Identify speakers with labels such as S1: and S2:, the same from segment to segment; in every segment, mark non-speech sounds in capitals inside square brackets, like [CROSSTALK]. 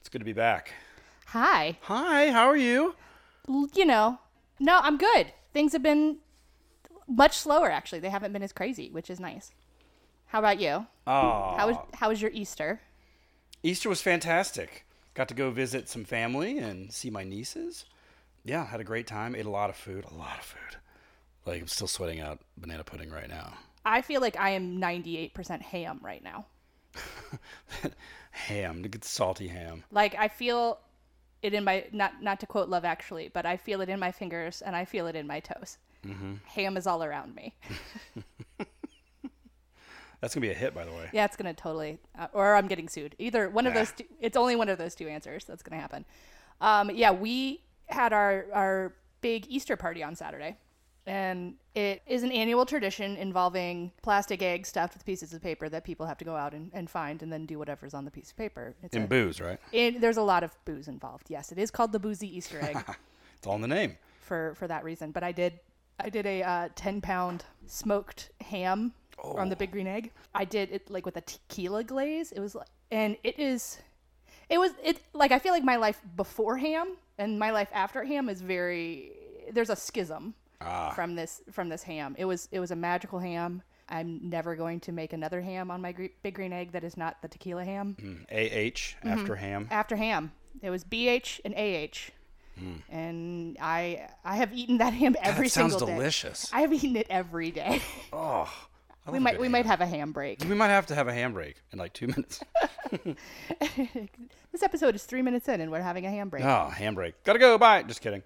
S1: It's good to be back.
S2: Hi.
S1: Hi, how are you?
S2: L- You know, no, I'm good. Things have been much slower, actually. They haven't been as crazy, which is nice. How about you?
S1: Oh,
S2: How was how was your Easter?
S1: Easter was fantastic. Got to go visit some family and see my nieces. Yeah, had a great time. Ate a lot of food. A lot of food. Like I'm still sweating out banana pudding right now.
S2: I feel like I am 98% ham right now.
S1: ham, good salty ham.
S2: Like I feel it in my not not to quote Love Actually, but I feel it in my fingers and I feel it in my toes. Ham is all around me.
S1: That's gonna be a hit, by the way.
S2: Yeah, it's gonna totally, uh, or I'm getting sued. Either one of those. Two, it's only one of those two answers that's gonna happen. Um, yeah, we had our our big Easter party on Saturday, and it is an annual tradition involving plastic eggs stuffed with pieces of paper that people have to go out and, and find, and then do whatever's on the piece of paper. It's
S1: And
S2: a-
S1: booze, right?
S2: it, there's a lot of booze involved. Yes, it is called the boozy Easter egg
S1: It's all in the name.
S2: for for that reason. But I did I did a uh, ten pound smoked ham on the big green egg. I did it like with a tequila glaze. It was like, and it is, it was it like I feel like my life before ham and my life after ham is very there's a schism from this from this ham. It was it was a magical ham. I'm never going to make another ham on my gre- big green egg that is not the tequila ham
S1: Hmm, A H after ham.
S2: after ham. It was BH and AH. And I I have eaten that ham every
S1: that sounds
S2: single day.
S1: delicious.
S2: I have eaten it every [LAUGHS] day.
S1: Oh, I
S2: we
S1: love a
S2: might
S1: good
S2: we
S1: ham.
S2: might have a ham break.
S1: we might have to have a ham break in like two [LAUGHS] minutes. Mm.
S2: [LAUGHS] This episode is 3 minutes in and we're having a ham break.
S1: oh, ham break. Gotta go. Bye. Just kidding.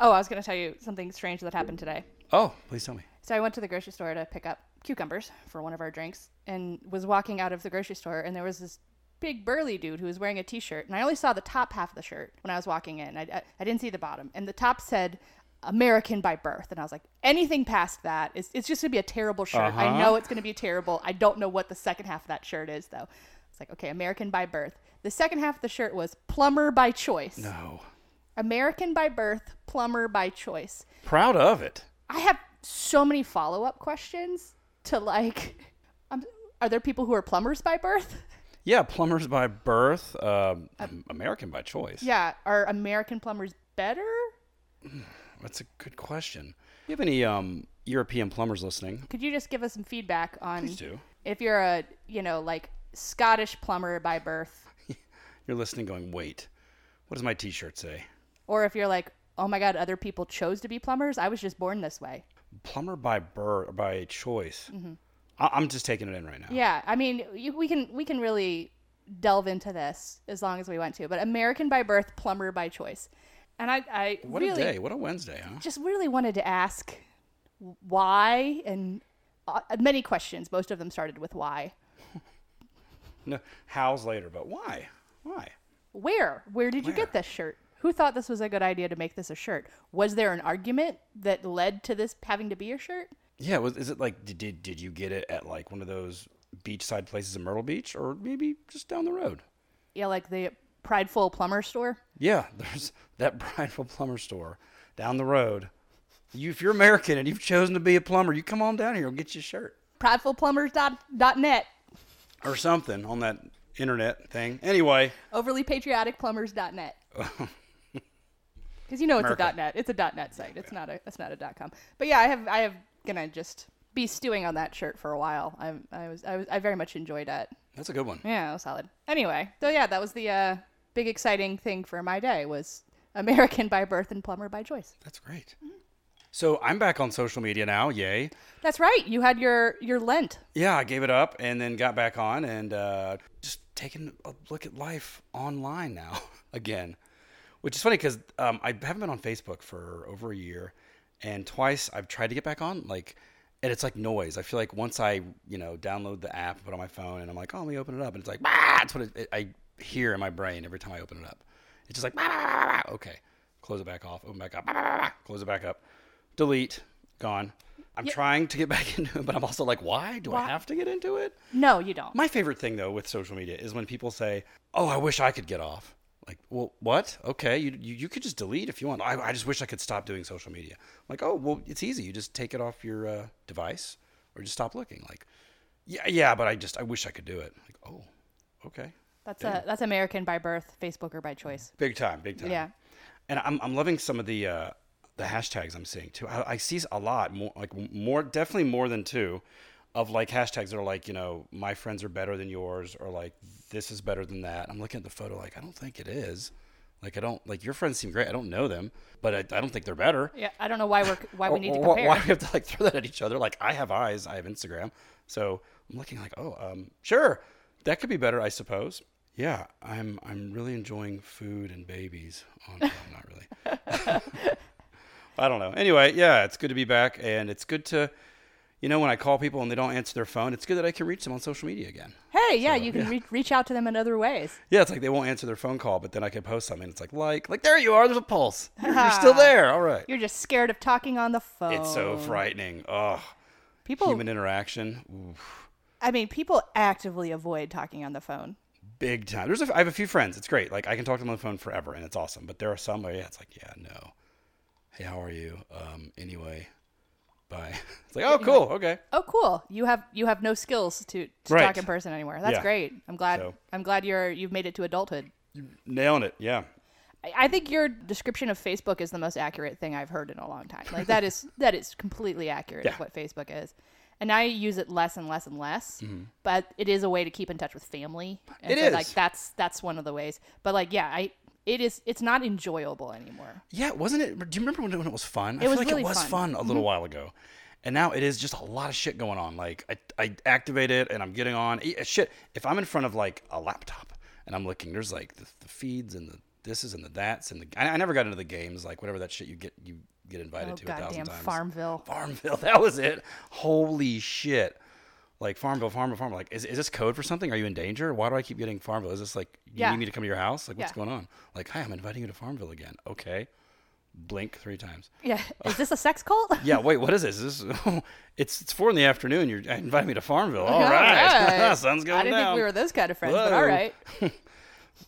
S2: Oh, I was going to tell you something strange that happened today.
S1: Oh, please tell me.
S2: So I went to the grocery store to pick up cucumbers for one of our drinks and was walking out of the grocery store and there was this big burly dude who was wearing a t-shirt and I only saw the top half of the shirt when I was walking in. I, I, I didn't see the bottom. And the top said American by birth and I was like anything past that is it's just going to be a terrible shirt. I know it's going to be terrible. I don't know what the second half of that shirt is though. It's like okay, American by birth. The second half of the shirt was plumber by choice.
S1: No.
S2: American by birth, plumber by choice.
S1: Proud of it.
S2: I have so many follow up questions to like, [LAUGHS] um, are there people who are plumbers by birth? [LAUGHS]
S1: Yeah, plumbers by birth, um, American by choice.
S2: Uh, Yeah. Are American plumbers better?
S1: That's a good question. Do you have any um, European plumbers listening?
S2: Could you just give us some feedback on
S1: Please do.
S2: if you're a, you know, like Scottish plumber by birth,
S1: You're listening going, wait, what does my t shirt say?
S2: or if you're like, oh my God, other people chose to be plumbers? I was just born this way.
S1: Plumber by birth, by choice. I- I'm just taking it in right now.
S2: Mm-hmm. Yeah, I mean, you, we can we can really delve into this as long as we want to. But American by birth, plumber by choice, and I, I
S1: What
S2: really
S1: a day. What a Wednesday, huh?
S2: just really wanted to ask why and uh, many questions. Most of them started with why.
S1: No, how's later, but why? Why?
S2: Where? Where did you get this shirt? Who thought this was a good idea to make this a shirt? Was there an argument that led to this having to be a shirt?
S1: Yeah, was, is it like, did, did, did you get it at like one of those beachside places in Myrtle Beach or maybe just down the road?
S2: Yeah, like the prideful plumber store.
S1: Yeah, [LAUGHS] there's that prideful plumber store down the road. You, if you're American and you've chosen to be a plumber, you come on down here. We'll get you a shirt
S2: Pridefulplumbers.net.
S1: or something on that internet thing. Anyway,
S2: overlypatrioticplumbers.net. Because you know it's a .net. It's a .net site. It's not a. It's not a .com. But yeah, I have. I have gonna just be stewing on that shirt for a while. I. I was. I was. I very much enjoyed it.
S1: that's a good one.
S2: Yeah, it was solid. Anyway, so yeah, that was the uh, big exciting thing for my day was American by birth and plumber by choice.
S1: That's great. So I'm back on social media now. Yay.
S2: That's right. You had your your Lent.
S1: Yeah, I gave it up and then got back on and uh, just taking a look at life online now [LAUGHS] again, which is funny because um, I haven't been on Facebook for over a year, and twice I've tried to get back on like, and it's like noise. I feel like once I you know download the app, put it on my phone, and I'm like, oh, let me open it up, and it's like, bah! that's what it, it, I hear in my brain every time I open it up. It's just like, bah, bah, bah, bah, bah. okay, close it back off, open back up, bah, bah, bah, bah, close it back up, delete, gone. I'm trying to get [LAUGHS] back into it, but I'm also like, why do I have to get into it?
S2: No, you don't.
S1: My favorite thing though with social media is when people say, "Oh, I wish I could get off." Like, well, what? Okay, you you, you could just delete if you want. I, I just wish I could stop doing social media. I'm like, oh, well, it's easy. You just take it off your uh, device or just stop looking. Like, yeah, yeah, but I just I wish I could do it. Like, oh, okay,
S2: That's a that's American by birth, Facebooker by choice.
S1: Big time, big time.
S2: Yeah.
S1: And I'm, I'm loving some of the uh, the hashtags I'm seeing too. I, I see a lot more, like more, definitely more than two, of like hashtags that are like you know my friends are better than yours or like this is better than that. I'm looking at the photo like I don't think it is. Like I don't like your friends seem great. I don't know them, but I, I don't think they're better.
S2: Yeah, I don't know why we're why we need to
S1: Or- or
S2: compare.
S1: Why we have to like throw that at each other? Like I have eyes, I have Instagram, so I'm looking like, oh, um, sure, that could be better, I suppose. Yeah, I'm I'm really enjoying food and babies. Oh, no, I'm not really. [LAUGHS] I don't know. Anyway, yeah, it's good to be back, and it's good to, you know, when I call people and they don't answer their phone, it's good that I can reach them on social media again.
S2: Hey, yeah, you can Re- reach out to them in other ways.
S1: Yeah, it's like they won't answer their phone call, but then I can post something. It's like like like there you are. There's a
S2: [LAUGHS]
S1: pulse. You're, you're still there. All right.
S2: You're just scared of talking on the phone.
S1: It's so frightening. Oh,
S2: people.
S1: human interaction. Oof.
S2: I mean, people actively avoid talking on the phone.
S1: big time. There's a, I have a few friends. It's great. Like I can talk to them on the phone forever, and it's awesome. But there are some where yeah, it's like yeah, no. Hey, how are you? Um, anyway, bye. [LAUGHS] It's like oh, cool, okay.
S2: Oh, cool. You have you have no skills to, to
S1: Right.
S2: talk in person anymore. That's
S1: Yeah.
S2: great. I'm glad.
S1: So-
S2: I'm glad you're you've made it to adulthood.
S1: Nailing it. Yeah,
S2: I- I think your description of Facebook is the most accurate thing I've heard in a long time. Like that is that is completely accurate
S1: Yeah.
S2: of what Facebook is. And I use it less and less and less, but it is a way to keep in touch with family. And
S1: Mm-hmm. It
S2: so, like
S1: is.
S2: that's that's one of the ways. But like yeah, I it is it's not enjoyable anymore.
S1: yeah. Wasn't it? Do you remember when, it- when it was fun? I feel
S2: was
S1: like
S2: really
S1: it was
S2: fun. Mm-hmm.
S1: fun, a little while ago, and now it is just a lot of shit going on. Like I, I activate it and I'm getting on Eh, shit. If I'm in front of like a laptop and I'm looking, there's like the, the feeds and the this is and the that's and the. I, I never got into the games like whatever that shit you get you get invited
S2: Oh
S1: to a thousand
S2: goddamn
S1: times.
S2: Farmville.
S1: [LAUGHS] Farmville. That was it. Holy shit. Like Farmville, Farmville, Farmville. Like, is, is this code for something? Are you in danger? Why do I keep getting Farmville? Is this like, you
S2: Yeah.
S1: need me to come to your house? Like, what's
S2: Yeah.
S1: going on? Like, hi, I'm inviting you to Farmville again. Okay. Blink three times.
S2: Yeah. Is this a sex cult?
S1: Yeah, wait, what is this? Is this [LAUGHS] it's it's four in the afternoon. You're inviting me to Farmville. [LAUGHS] All
S2: All
S1: right. [LAUGHS]
S2: right.
S1: Sun's going
S2: Oh I didn't
S1: down.
S2: think we were those kind of friends, but all
S1: Whoa.
S2: right.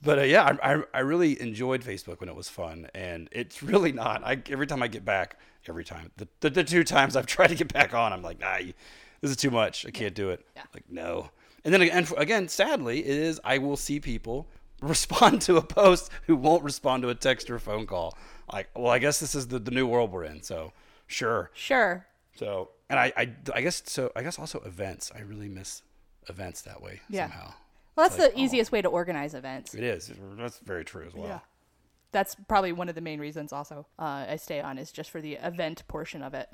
S1: But uh, yeah, I, I, I really enjoyed Facebook when it was fun, and it's really not. I every time I get back, every time the, the, the two times I've [LAUGHS] tried to get back on, I'm like, nah, you- this is too much. I can't do it. Like no. And then again, again, sadly, it is. I will see people [LAUGHS] respond to a post who won't respond to a text or a phone call. Like, well, I guess this is the, the new world we're in. So sure.
S2: Sure.
S1: So and I, I I guess so. I guess also events. I really miss events that way
S2: Yeah.
S1: somehow.
S2: Well, that's the easiest way to organize events.
S1: It is. That's very true as well.
S2: Yeah. That's probably one of the main reasons also uh, I stay on is just for the event portion of it.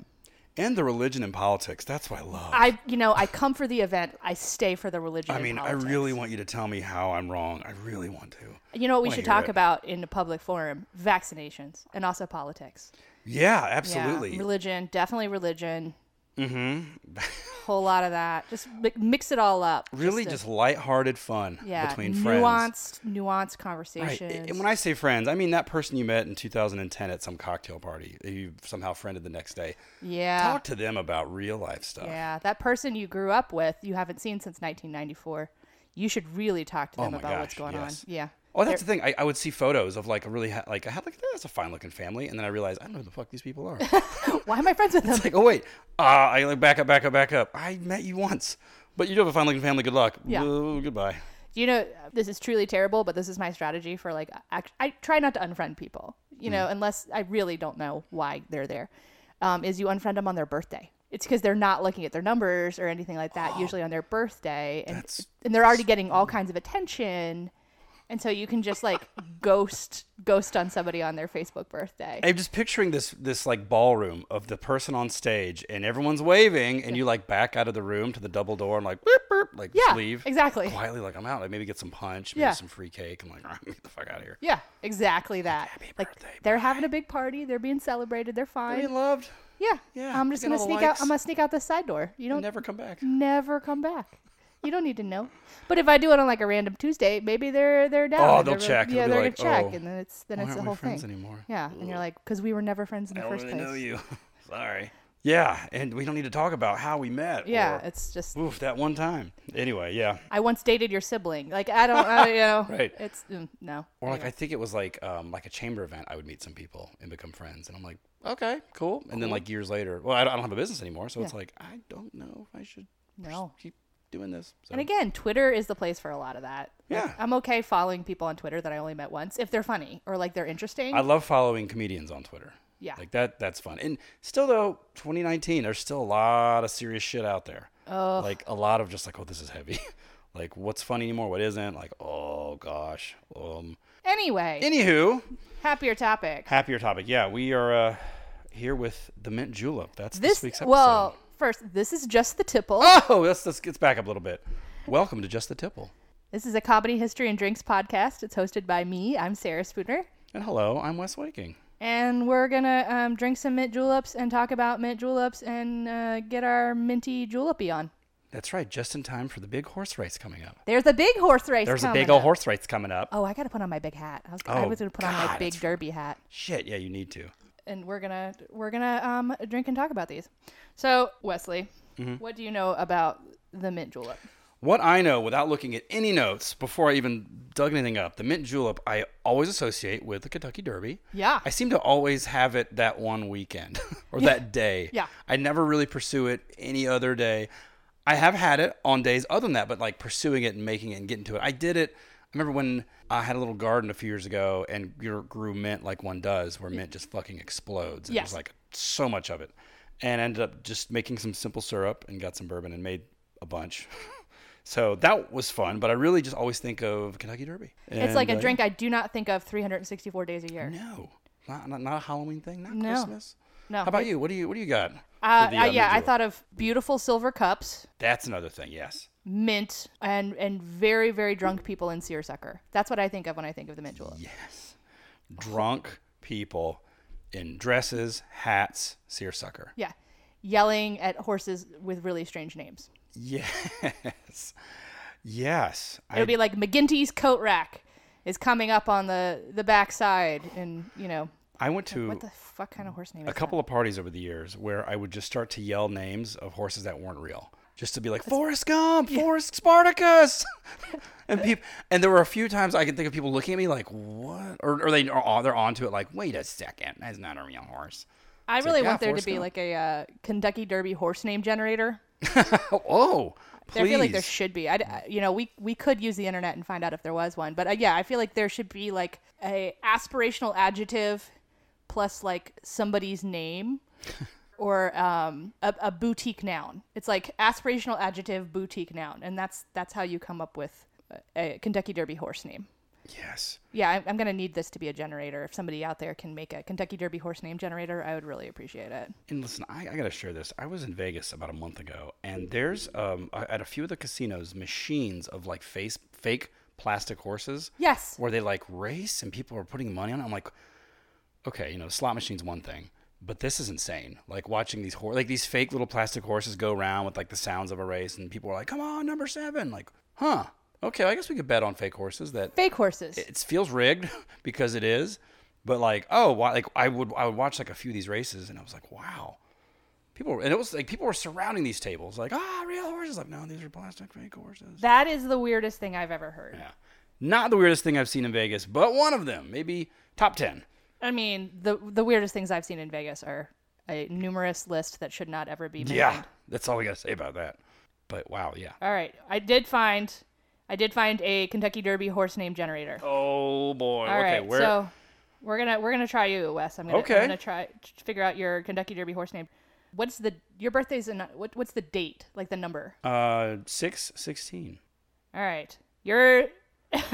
S1: and the religion and politics. That's what I love. I,
S2: I, you know, I come for the event. I stay for the religion. and
S1: mean,
S2: politics.
S1: I really want you to tell me how I'm wrong. I really want to.
S2: You know what we
S1: wanna
S2: should
S1: hear
S2: talk
S1: it.
S2: about in a public forum? Vaccinations and also politics.
S1: Yeah,
S2: Yeah.
S1: absolutely.
S2: Religion, definitely religion. Mm-hmm. Whole lot of that. Just mi- mix it all up.
S1: really,
S2: to-
S1: just, lighthearted fun
S2: yeah,
S1: between friends.
S2: nuanced, nuanced
S1: Right.
S2: conversations.
S1: And when I say friends, I mean that person you met in 2010 at some cocktail party. that You somehow friended the next day.
S2: yeah.
S1: Talk to them about real life stuff.
S2: Yeah, that person you grew up with, you haven't seen since 1994. You should really talk to them
S1: Oh my
S2: about what's
S1: gosh,
S2: going
S1: yes.
S2: on. Yeah.
S1: Oh, that's the thing. I, I would see photos of like a really ha- like I had like that's a fine looking family, and then I realized I don't know who the fuck these people
S2: [LAUGHS]
S1: are.
S2: Why am
S1: [LAUGHS]
S2: I friends with them?
S1: It's like, oh wait, uh, I like back up, back up, back up. I met you once, but you do have a fine-looking family. Good luck.
S2: Yeah.
S1: Ooh, goodbye.
S2: you know, uh, this is truly terrible, but this is my strategy for like, act- I try not to unfriend people, you
S1: Mm.
S2: know, unless I really don't know why they're there. Um, is you unfriend them on their birthday. It's because they're not looking at their numbers or anything
S1: [GASPS]
S2: like that, usually on their birthday. And,
S1: That's-
S2: and they're already getting all kinds of attention. And so you can just like ghost, ghost on somebody on their Facebook birthday.
S1: I'm just picturing this this like ballroom of the person on stage, and everyone's waving, and you like back out of the room to the double door, and like boop, boop, like
S2: Yeah,
S1: just leave
S2: exactly.
S1: quietly, like I'm out. Like maybe get some punch, maybe
S2: Yeah.
S1: some free cake. I'm like, all right, get the fuck out of here.
S2: Yeah, exactly that.
S1: happy
S2: like
S1: birthday,
S2: they're having a big party, they're being celebrated, they're
S1: I
S2: fine.
S1: mean, loved.
S2: Yeah.
S1: Yeah,
S2: I'm just
S1: get
S2: gonna
S1: all the
S2: sneak out
S1: likes.
S2: I'm gonna sneak out the side door. You don't
S1: Never come back.
S2: never come back. You don't need to know. But if I do it on like a random Tuesday, maybe they're they're down.
S1: Oh,
S2: and
S1: they'll
S2: they're-
S1: check. They'll
S2: Yeah,
S1: be
S2: they're
S1: like,
S2: gonna check,
S1: "Oh,
S2: and then it's then
S1: why
S2: it's the
S1: aren't we
S2: whole
S1: friends
S2: thing.
S1: anymore?
S2: Yeah, and you're like, because we were never friends in the
S1: I don't
S2: first
S1: really
S2: place.
S1: know
S2: [LAUGHS]
S1: you. [LAUGHS] Sorry. Yeah, and we don't need to talk about how we met.
S2: Yeah,
S1: or-
S2: it's just
S1: Oof, that one time. Anyway, yeah.
S2: I once dated your sibling. Like I don't, I, you know,
S1: [LAUGHS] Right.
S2: It's mm, no.
S1: Or like I think it was like um, like a chamber event. I would meet some people and become friends, and I'm like, okay, cool. And then like years later, well, I don't, I don't have a business anymore, so it's like I don't know if I should
S2: No.
S1: keep doing this. So,
S2: And again, Twitter is the place for a lot of that. Like,
S1: Yeah.
S2: I'm okay following people on Twitter that I only met once if they're funny or like they're interesting.
S1: I love following comedians on Twitter.
S2: Yeah.
S1: Like that that's fun. And still though, 2019, there's still a lot of serious shit out there. Oh. Like a lot of just like, oh, this is heavy. [LAUGHS] like what's funny anymore? What isn't? Like, oh gosh. Um
S2: anyway,
S1: anywho,
S2: happier topic.
S1: happier topic. Yeah, we are uh here with the mint julep. That's this,
S2: This
S1: week's episode.
S2: well, first, this is just the tipple.
S1: Oh, let's let's get back up a little bit. Welcome to Just the Tipple.
S2: This is a comedy history and drinks podcast. It's hosted by me. I'm Sarah Spooner,
S1: And hello, I'm Wes Waking.
S2: and we're gonna um, drink some mint juleps and talk about mint juleps and uh, get our minty julepy on.
S1: That's right, just in time for the big horse race coming up.
S2: There's a big horse race.
S1: There's a
S2: coming
S1: big old
S2: up.
S1: horse race coming up.
S2: Oh, I gotta put on my big hat. I was, I
S1: Oh,
S2: was gonna put on my
S1: God,
S2: big
S1: that's-
S2: derby hat.
S1: Shit, yeah, you need to.
S2: and we're gonna we're gonna um drink and talk about these. So Wesley,
S1: Mm-hmm.
S2: what do you know about the mint julep?
S1: What I know without looking at any notes before I even dug anything up, the mint julep I always associate with the Kentucky Derby.
S2: Yeah.
S1: I seem to always have it that one weekend [LAUGHS] or that day.
S2: Yeah.
S1: I never really pursue it any other day. I have had it on days other than that, but like pursuing it and making it and getting to it. I did it. I remember when I had a little garden a few years ago and grew grew mint like one does, where mint just fucking explodes. And
S2: Yes.
S1: There's like so much of it. And ended up just making some simple syrup and got some bourbon and made a bunch. [LAUGHS] so that was fun, but I really just always think of Kentucky Derby.
S2: it's like
S1: And,
S2: a
S1: uh,
S2: drink I do not think of 364 days a year.
S1: no, not, not not a Halloween thing. Not
S2: No.
S1: Christmas.
S2: No.
S1: How about you? What do you What do you got?
S2: Uh,
S1: for the,
S2: uh, yeah, I
S1: Midjool?
S2: thought of beautiful silver cups,
S1: that's another thing. Yes.
S2: mint, and and very very drunk people in seersucker. That's what I think of when I think of the mint julep.
S1: Yes. Drunk people in dresses, hats, seersucker.
S2: Yeah, yelling at horses with really strange names.
S1: Yes. Yes.
S2: It
S1: I,
S2: would be like McGinty's coat rack is coming up on the the backside, and you know
S1: I went to
S2: what the fuck kind of horse name?
S1: a
S2: is that?
S1: couple of parties over the years where I would just start to yell names of horses that weren't real, just to be like Forrest Gump, Forrest Spartacus, [LAUGHS] and people. And there were a few times I could think of people looking at me like, "What?" Or, or they are on, they're onto it like, "Wait a second, that's not a real horse."
S2: I really
S1: yeah,
S2: want there to
S1: Forrest
S2: be
S1: Gump.
S2: like a uh, Kentucky Derby horse name generator.
S1: [LAUGHS] Oh, oh please.
S2: I feel like there should be. I, I- you know, we we could use the internet and find out if there was one. But uh, yeah, I feel like there should be like a aspirational adjective plus like
S1: [LAUGHS]
S2: somebody's name or um, a, a boutique noun. It's like aspirational adjective boutique noun, and that's that's how you come up with a, a Kentucky Derby horse name.
S1: yes.
S2: Yeah, I'm, I'm gonna need this to be a generator. If somebody out there can make a Kentucky Derby horse name generator, I would really appreciate it.
S1: And listen, I, I got to share this. I was in Vegas about a month ago, and there's um, a- at a few of the casinos machines of like face fake plastic horses.
S2: Yes.
S1: Where they like race and people are putting money on it. I'm like, okay, you know, slot machine's one thing, but this is insane. Like watching these hor- like these fake little plastic horses go around with like the sounds of a race, and people are like, come on, number seven. Like, huh? Okay, I guess we could bet on fake horses that
S2: Fake horses.
S1: it feels rigged [LAUGHS] because it is, but like oh why like I would I would watch like a few of these races and I was like wow, people were- and it was like people were surrounding these tables like ah real horses like no these are plastic fake horses
S2: That is the weirdest thing I've ever heard.
S1: yeah not the weirdest thing I've seen in Vegas but one of them maybe top ten
S2: I mean, the the weirdest things I've seen in Vegas are a numerous list that should not ever be made.
S1: yeah that's all I gotta say about that but wow yeah
S2: All right, I did find I did find a Kentucky Derby horse name generator.
S1: oh boy
S2: All
S1: okay
S2: right,
S1: where
S2: so we're gonna we're gonna try you, Wes. I'm gonna
S1: Okay.
S2: I'm gonna try to figure out your Kentucky Derby horse name. What's the your birthday's in what, what's the date like the number?
S1: uh six sixteen
S2: All right, your [LAUGHS]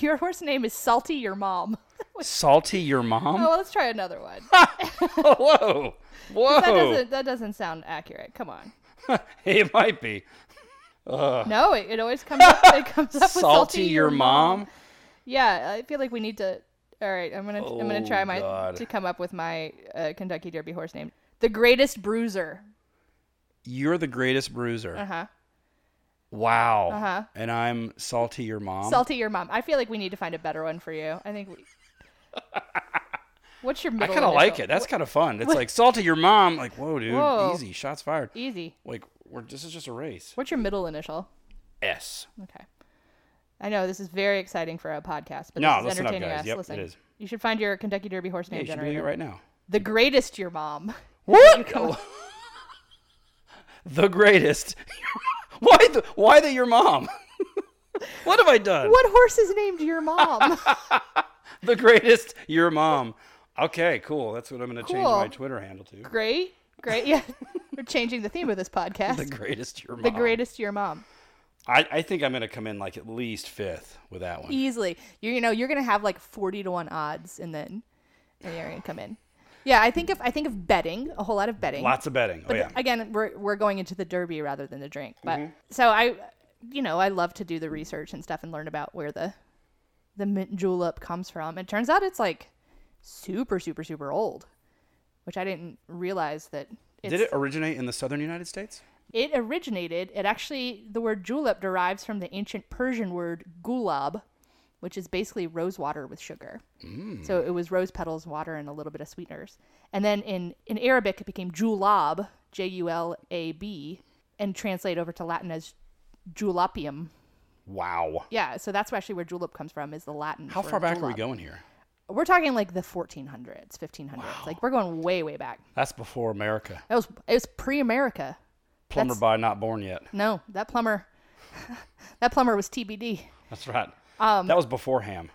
S2: your horse name is Salty Your Mom.
S1: salty your mom
S2: Oh, let's try another one.
S1: [LAUGHS] whoa whoa [LAUGHS]
S2: Oh. That doesn't that doesn't sound accurate. Come on.
S1: it might be
S2: No, it, it always comes up. It comes up
S1: [LAUGHS]
S2: with
S1: salty,
S2: salty um,
S1: your mom.
S2: Yeah, I feel like we need to. All right, I'm gonna I'm gonna
S1: Oh,
S2: try my
S1: God.
S2: to come up with my uh, Kentucky Derby horse name. The greatest bruiser.
S1: You're the greatest bruiser.
S2: Uh huh.
S1: Wow.
S2: Uh-huh.
S1: And I'm salty your mom.
S2: Salty your mom. I feel like we need to find a better one for you. I think.
S1: [LAUGHS]
S2: We... What's your
S1: I
S2: middle?
S1: kind of like
S2: initial?
S1: it. That's kind of fun. It's like salty your mom. Like, whoa, dude.
S2: Whoa. E
S1: Easy. Shots fired.
S2: Easy.
S1: Like, we're, this is just a race.
S2: What's your middle initial?
S1: S.
S2: Okay. I know this is very exciting for a podcast, but
S1: No,
S2: this is
S1: listen up,
S2: entertaining
S1: guys.
S2: us.
S1: Yep, it
S2: listen,
S1: is.
S2: you should find your Kentucky Derby horse name
S1: Hey, she's doing
S2: generator.
S1: it right now.
S2: The greatest, your mom.
S1: What? [LAUGHS] the greatest. [LAUGHS] why the why the your mom? [LAUGHS] what have I done?
S2: [LAUGHS] What horse is named your mom?
S1: The greatest your mom. Okay, cool. That's what I'm going to change
S2: Cool.
S1: my Twitter handle to.
S2: great, great. Yeah, [LAUGHS] we're changing the theme of this podcast.
S1: The
S2: The,
S1: greatest your mom.
S2: greatest your mom.
S1: I, I think I'm going to come in like at least fifth with that one.
S2: Easily, you, you know, you're gonna have like forty to one odds, and then and you're gonna come in. Yeah, I think of I think of betting a whole lot of betting.
S1: Lots of Mm-hmm. betting. oh
S2: But
S1: yeah.
S2: again, we're we're going into the derby rather than the drink. But so I, you know, I love to do the research and stuff and learn about where the the mint julep comes from. It turns out it's like super super super old, which I didn't realize that. It's,
S1: Did it originate in the southern United States?
S2: It originated. It actually the word julep derives from the ancient Persian word gulab, which is basically rose water with sugar.
S1: Mm.
S2: So it was rose petals, water, and a little bit of sweeteners. And then in, in Arabic, it became julab, J U L A B, and translate over to Latin as julapium.
S1: Wow.
S2: Yeah, so that's actually where julep comes from, is the Latin.
S1: How
S2: for
S1: far back are we
S2: julep.
S1: going here?
S2: We're talking like the 1400s, 1500s. Like we're going way, way back.
S1: That's before America.
S2: That was it was pre-America.
S1: Plumber
S2: That's-
S1: by not born yet.
S2: No, that plumber, [LAUGHS] that plumber was TBD.
S1: That's right.
S2: Um,
S1: that was before
S2: [LAUGHS]
S1: ham.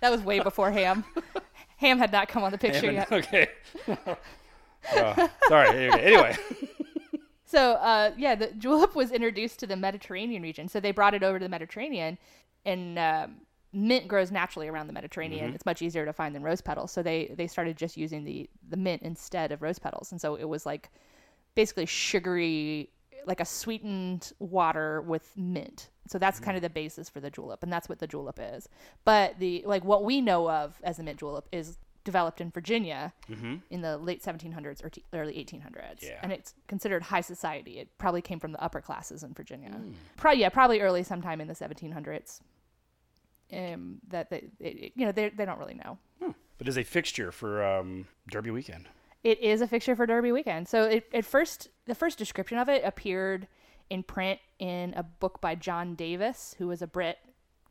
S2: That was way before Ham. [LAUGHS] Ham had not come on the picture yet.
S1: okay. [LAUGHS] Oh, sorry. Okay, Anyway,
S2: So uh, yeah, the julep was introduced to the Mediterranean region. So they brought it over to the Mediterranean, and um mint grows naturally around the Mediterranean. It's much easier to find than rose petals. So they they started just using the the mint instead of rose petals, and so it was like basically sugary, like a sweetened water with mint. So that's kind of the basis for the julep, and that's what the julep is. But the like what we know of as the mint julep is developed in Virginia in the late 1700s or t- early 1800s,
S1: Yeah.
S2: and it's considered high society. It probably came from the upper classes in Virginia. Probably yeah, probably early sometime in the 1700s. Um, that they, it, you know, they they don't really know.
S1: but as a fixture for um, Derby weekend.
S2: It is a fixture for Derby weekend. So it, at first, the first description of it appeared in print in a book by John Davis, who was a Brit.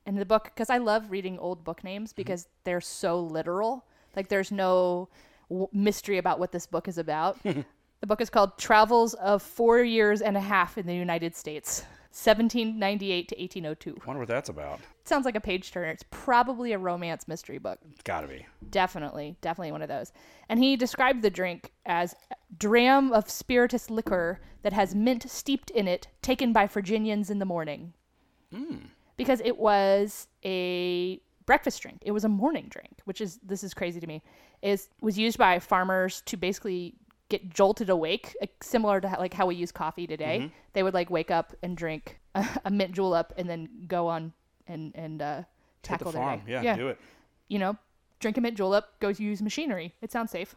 S2: And the book, because I love reading old book names because they're so literal. Like there's no w- mystery about what this book is about. the book is called Travels of Four Years and a Half in the United States, 1798 to 1802.
S1: I wonder what that's about.
S2: sounds like a page turner. It's probably a romance mystery book.
S1: It's got to be.
S2: Definitely, definitely one of those. And he described the drink as dram of spirituous liquor that has mint steeped in it, taken by Virginians in the morning.
S1: Hmm.
S2: Because it was a breakfast drink. It was a morning drink, which is this is crazy to me. Is was used by farmers to basically get jolted awake, like, similar to how, like how we use coffee today.
S1: Mm-hmm.
S2: They would like wake up and drink [LAUGHS] a, mint julep and then go on and and uh,
S1: Hit
S2: tackle
S1: the
S2: their
S1: farm.
S2: day
S1: Yeah, do it.
S2: you know, drink a mint julep, go use machinery. It sounds safe.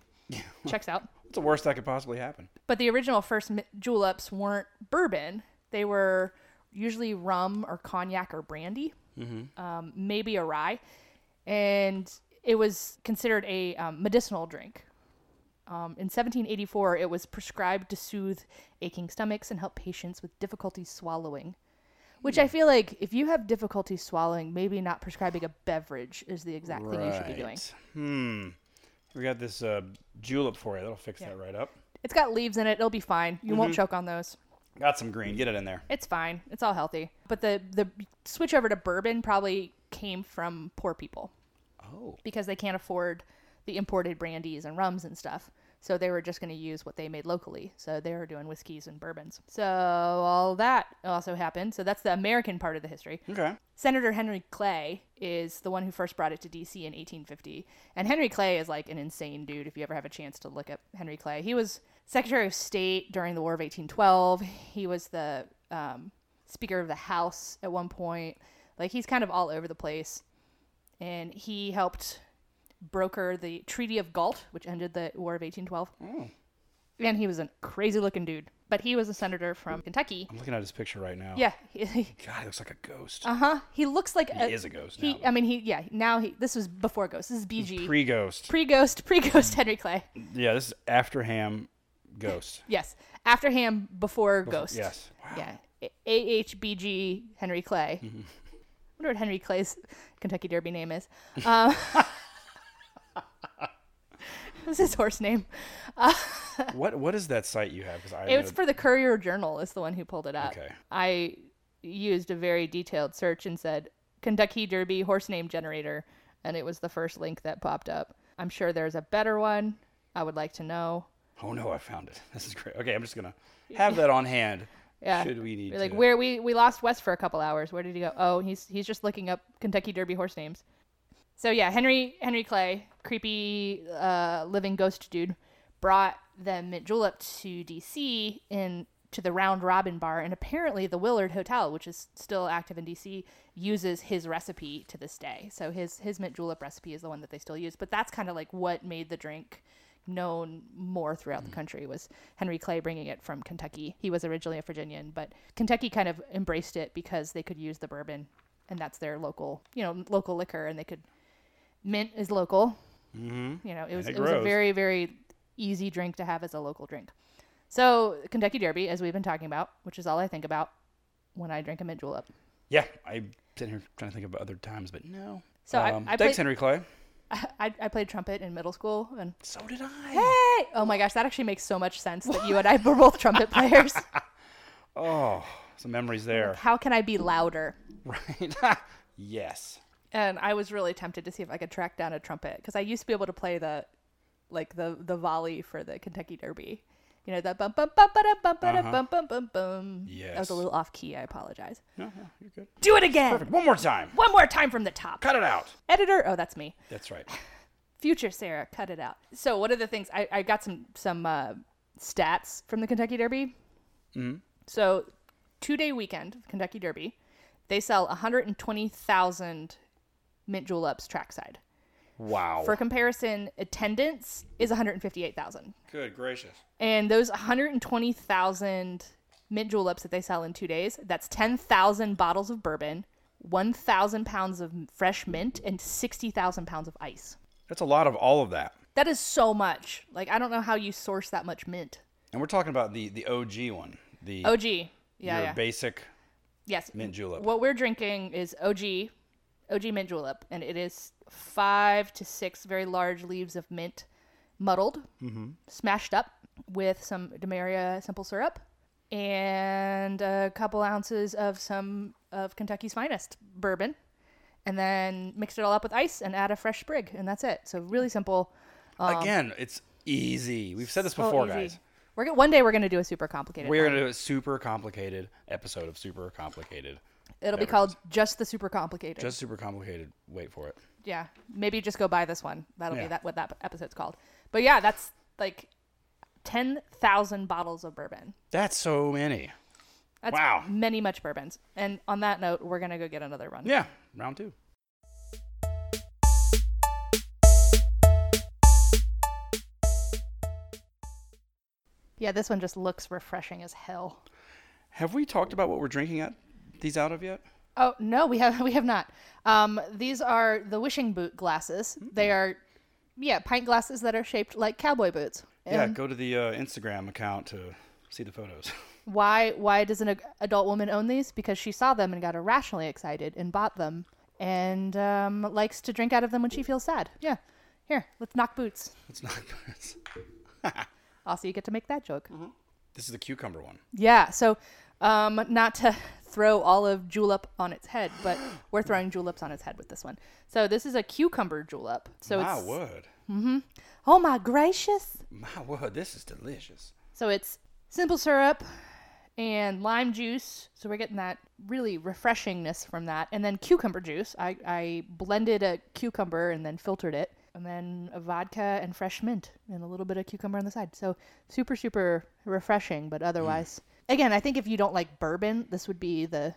S2: Checks out.
S1: What's the worst that could possibly happen?
S2: But the original first mi- juleps weren't bourbon. They were usually rum or cognac or brandy, um, maybe a rye. And it was considered a um, medicinal drink. Um, in 1784, it was prescribed to soothe aching stomachs and help patients with difficulty swallowing. Which I feel like if you have difficulty swallowing, maybe not prescribing a beverage is the exact thing you should be doing.
S1: Hmm. We got this uh, julep for you. That'll fix that right up.
S2: It's got leaves in it. It'll be fine. You won't choke on those.
S1: Got some green. Get it in there.
S2: It's fine. It's all healthy. But the the switch over to bourbon probably came from poor people
S1: Oh.
S2: because they can't afford the imported brandies and rums and stuff. So they were just going to use what they made locally. So they were doing whiskeys and bourbons. So all that also happened. So that's the American part of the history.
S1: Okay.
S2: Senator Henry Clay is the one who first brought it to DC in 1850. And Henry Clay is like an insane dude if you ever have a chance to look up Henry Clay. He was Secretary of State during the War of 1812. He was the um, Speaker of the House at one point. Like he's kind of all over the place. And he helped broker the Treaty of Galt, which ended the War of 1812.
S1: Oh.
S2: And he was a crazy looking dude. But he was a senator from Kentucky.
S1: I'm looking at his picture right now.
S2: Yeah, [LAUGHS]
S1: God, he looks like a ghost.
S2: Uh huh. He looks like
S1: He is a ghost
S2: He,
S1: now,
S2: I mean, he yeah. Now he. This was before Ghost. This is BG.
S1: Pre ghost.
S2: Pre Ghost. Pre Ghost. [LAUGHS] Henry Clay.
S1: yeah, this is after ham ghost.
S2: Yes. After him, before Ghost. [LAUGHS]
S1: Yes. Wow.
S2: Yeah. A H B G Henry Clay.
S1: Mm-hmm.
S2: I wonder what
S1: [LAUGHS]
S2: Henry [LAUGHS] Clay's Kentucky Derby name is. Um, That's his horse name.
S1: What what is that site you have? Because I
S2: It was
S1: know-
S2: for the Courier Journal, is the one who pulled it up.
S1: Okay.
S2: I used a very detailed search and said Kentucky Derby horse name generator, and it was the first link that popped up. I'm sure there's a better one. I would like to know.
S1: oh no, I found it. [LAUGHS] This is great. Okay, I'm just
S2: [LAUGHS]
S1: gonna have that on hand.
S2: Yeah.
S1: Should we need
S2: You're like
S1: to?
S2: where we we lost West for a couple hours. Where did he go? Oh, he's he's just looking up Kentucky Derby horse names. So yeah, Henry Henry Clay, creepy uh, living ghost dude, brought the mint julep to D.C. in to the Round Robin Bar, and apparently the Willard Hotel, which is still active in D.C., uses his recipe to this day. So his his mint julep recipe is the one that they still use. But that's kind of like what made the drink known more throughout the country was Henry Clay bringing it from Kentucky. He was originally a Virginian, but Kentucky kind of embraced it because they could use the bourbon and that's their local, you know, local liquor and they could mint is local. Mm-hmm. You know, it was
S1: it
S2: it was a
S1: grows.
S2: very very easy drink to have as a local drink. So, Kentucky Derby as we've been talking about, which is all I think about when I drink a mint julep.
S1: yeah, I sitting here trying to think of other times, but no. Um,
S2: So I- I
S1: thanks,
S2: played-
S1: Henry Clay.
S2: [LAUGHS] I, I played trumpet in middle school and
S1: So did I.
S2: hey, oh my gosh, that actually makes so much sense that you and I were
S1: [LAUGHS]
S2: both trumpet players.
S1: Oh, some memories
S2: [LAUGHS]
S1: there, [LAUGHS]
S2: How can I be louder?
S1: right? yes.
S2: and I was really tempted to see if I could track down a trumpet because I used to be able to play the, like the the volley for the Kentucky Derby, you know that bum bum bum ba da bum ba da bum bum bum bum. that was
S1: Yes.
S2: a little off key. I apologize.
S1: No, no, you're good.
S2: Do it again,
S1: One more time.
S2: one more time from the top.
S1: Cut it out.
S2: Editor, oh that's me.
S1: That's
S2: [LAUGHS]
S1: right.
S2: Future Sarah, cut it out. So one of the things I, I got some some uh, stats from the Kentucky Derby. Mm-hmm. So two day weekend Kentucky Derby, they sell 120,000 mint juleps trackside.
S1: Wow.
S2: For comparison, attendance is 158,000.
S1: good gracious.
S2: And those 120,000 mint juleps that they sell in two days, that's 10,000 bottles of bourbon, 1,000 pounds of fresh mint, and 60,000 pounds of ice.
S1: That's a lot of all of that.
S2: That is so much. Like, I don't know how you source that much mint.
S1: And we're talking about the the OG one, the
S2: OG. Yeah,
S1: your
S2: Oh, yeah.
S1: basic.
S2: yes.
S1: mint julep.
S2: What we're drinking is OG, OG mint julep, and it is five to six very large leaves of mint muddled,
S1: Mm-hmm.
S2: smashed up with some Demeria simple syrup and a couple ounces of some of Kentucky's finest bourbon, and then mixed it all up with ice and add a fresh sprig, and that's it. So really simple.
S1: Again, it's easy. We've said this
S2: um, so
S1: before,
S2: easy.
S1: guys.
S2: We're go- one day we're gonna do a super complicated.
S1: We're
S2: one.
S1: gonna do a super complicated episode of super complicated.
S2: It'll be
S1: Never
S2: called just the super complicated.
S1: Just super complicated. Wait for it.
S2: yeah maybe just go buy this one that'll
S1: Yeah.
S2: be that what that episode's called but yeah that's like 10,000 bottles of bourbon
S1: That's so many.
S2: that's
S1: Wow.
S2: many much bourbons and on that note we're gonna go get another run
S1: Yeah, round two.
S2: yeah this one just looks refreshing as hell
S1: Have we talked about what we're drinking at these out of yet?
S2: Oh no, we have [LAUGHS] we have not. Um, these are the wishing boot glasses. They
S1: Mm-hmm.
S2: are, yeah, pint glasses that are shaped like cowboy boots.
S1: yeah,
S2: And
S1: go to the uh, Instagram account to see the photos. [LAUGHS]
S2: Why why does an ag- adult woman own these? Because she saw them and got irrationally excited and bought them, and um, likes to drink out of them when she feels sad. Yeah, here, let's knock boots.
S1: it's not. It's,
S2: Also, you get to make that joke.
S1: this is the cucumber one.
S2: Yeah. So, um, not to [LAUGHS] throw all of julep on its head, but we're throwing juleps on its head with this one. So this is a cucumber julep. So
S1: my
S2: it's
S1: word,
S2: oh my gracious.
S1: my word, this is delicious.
S2: So it's simple syrup and lime juice. So we're getting that really refreshingness from that. And then cucumber juice. I, I blended a cucumber and then filtered it. And then a vodka and fresh mint and a little bit of cucumber on the side. So super, super refreshing, but otherwise. Again, I think if you don't like bourbon, this would be the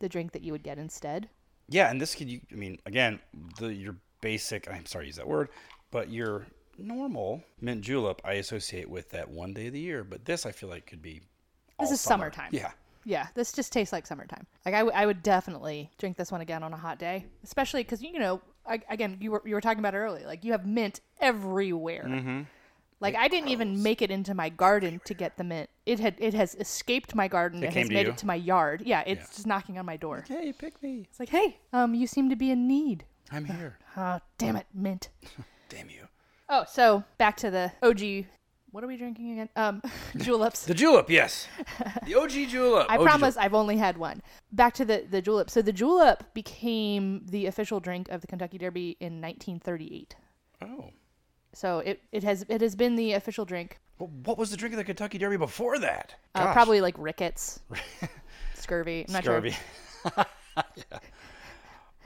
S2: the drink that you would get instead.
S1: Yeah, and this could you. I mean, again, the your basic. I'm sorry to use that word, but your normal mint julep I associate with that one day of the year. But this I feel like could be.
S2: This
S1: all
S2: is
S1: summer.
S2: summertime.
S1: Yeah,
S2: Yeah, this just tastes like summertime. Like I, w- I would definitely drink this one again on a hot day, especially because you know, I, again, you were you were talking about it earlier. Like you have mint everywhere. Like I didn't even make it into my garden to get the mint. It had it has escaped my garden and
S1: came
S2: has
S1: to
S2: made
S1: you?
S2: it to my yard. Yeah, it's just knocking on my door.
S1: hey, pick me.
S2: It's like, hey, um, you seem to be in need. [LAUGHS]
S1: I'm here.
S2: Oh, damn it, mint.
S1: Damn you.
S2: Oh, so back to the OG. What are we drinking again? Um, [LAUGHS] juleps.
S1: The julep, yes. The OG julep.
S2: I
S1: OG
S2: promise I've only had one. Back to the, the julep. So the julep became the official drink of the Kentucky Derby in 1938.
S1: julep. Oh.
S2: So it, it has it has been the official drink.
S1: Well, what was the drink of the Kentucky Derby before that? [LAUGHS]
S2: Uh,
S1: Gosh.
S2: probably like
S1: [LAUGHS]
S2: rickets, scurvy. I'm not
S1: Scurvy.
S2: sure.
S1: [LAUGHS] Yeah.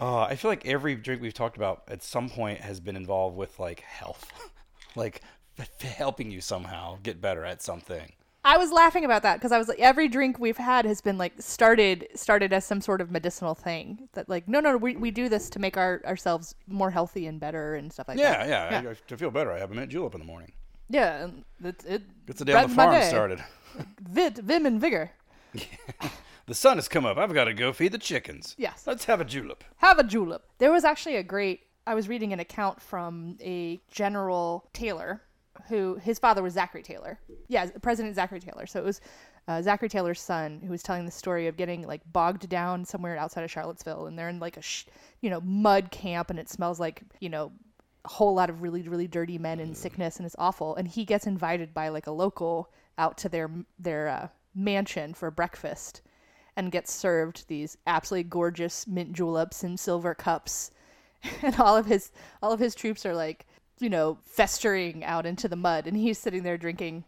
S1: Uh, I feel like every drink we've talked about at some point has been involved with like health, [LAUGHS] like f- helping you somehow get better at something.
S2: I was laughing about that because I was like, every drink we've had has been like started started as some sort of medicinal thing. That like, no, no, no, we, we do this to make our ourselves more healthy and better and stuff like that.
S1: Yeah, yeah. I, I, to feel better, I have a mint julep in the morning.
S2: Yeah, and that's it.
S1: It's the day on
S2: brightened
S1: the
S2: my
S1: farm
S2: day.
S1: started.
S2: Vit, vim, and vigor.
S1: The sun has come up. I've got to go feed the chickens.
S2: Yes.
S1: Let's have a julep.
S2: Have a julep. There was actually a great. I was reading an account from a General Taylor, who his father was Zachary Taylor. Yeah, President Zachary Taylor. So it was uh, Zachary Taylor's son who was telling the story of getting like bogged down somewhere outside of Charlottesville, and they're in like a sh- you know mud camp, and it smells like you know a whole lot of really really dirty men in sickness, and it's awful. And he gets invited by like a local out to their their uh, mansion for breakfast and gets served these absolutely gorgeous mint juleps in silver cups [LAUGHS] and all of his all of his troops are like you know festering out into the mud and he's sitting there drinking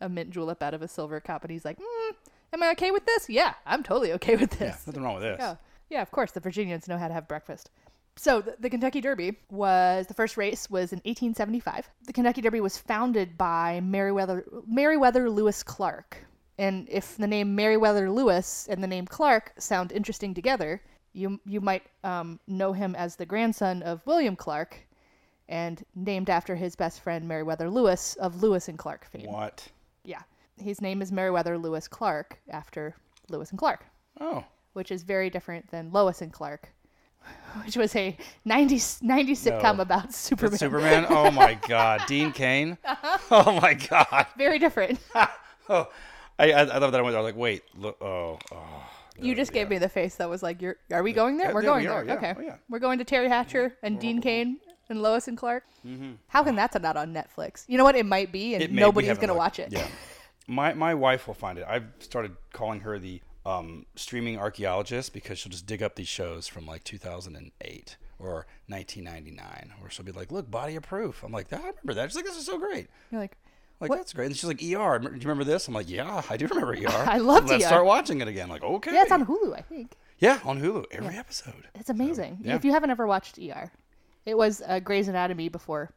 S2: a mint julep out of a silver cup and he's like mm, am i okay with this yeah i'm totally okay with
S1: Yeah,
S2: this
S1: nothing wrong with this.
S2: yeah, Oh, yeah of course the virginians know how to have breakfast so the, the kentucky derby was the first race was in 1875 the kentucky derby was founded by meriwether meriwether lewis clark and if the name meriwether lewis and the name clark sound interesting together you, you might um, know him as the grandson of william clark and named after his best friend meriwether lewis of lewis and clark fame
S1: What?
S2: yeah his name is meriwether lewis clark after lewis and clark
S1: Oh,
S2: which is very different than Lois and Clark, [LAUGHS] which was a 90, 90 sitcom
S1: No.
S2: about Superman. Uh-huh.
S1: Superman. Oh
S2: [LAUGHS]
S1: my God, Dean Kane. [LAUGHS] Oh my God. [LAUGHS]
S2: Very different.
S1: Oh, I, I, I love that. I was I was like, wait, look, oh, oh.
S2: you just gave me the face that was like, "You're are we going there?
S1: Yeah,
S2: We're
S1: yeah,
S2: going
S1: we
S2: there.
S1: are, yeah.
S2: Okay,
S1: Oh, yeah. Mm-hmm.
S2: we're going to Terry Hatcher and Dean Kane and Lois and Clark. How can that's not on Netflix? You know what? It might be, and
S1: It may- we
S2: nobody's
S1: haven't
S2: gonna
S1: looked.
S2: watch it. [LAUGHS]
S1: Yeah, my my wife will find it. I've started calling her the um, streaming archaeologist because she'll just dig up these shows from like 2008 or 1999, or she'll be like, "Look, Body of Proof." I'm like, "I remember that." She's like, "This is so great."
S2: You're like,
S1: Like that's great. And she's like, "ER, do you remember this?" I'm like, "Yeah, I do remember ER."
S2: [LAUGHS] I loved
S1: Let's
S2: ER.
S1: start watching it again. Like, okay,
S2: yeah, it's on Hulu, I think.
S1: yeah on Hulu every episode. [LAUGHS]
S2: It's amazing.
S1: yeah.
S2: If you haven't ever watched ER, it was uh, Grey's Anatomy before,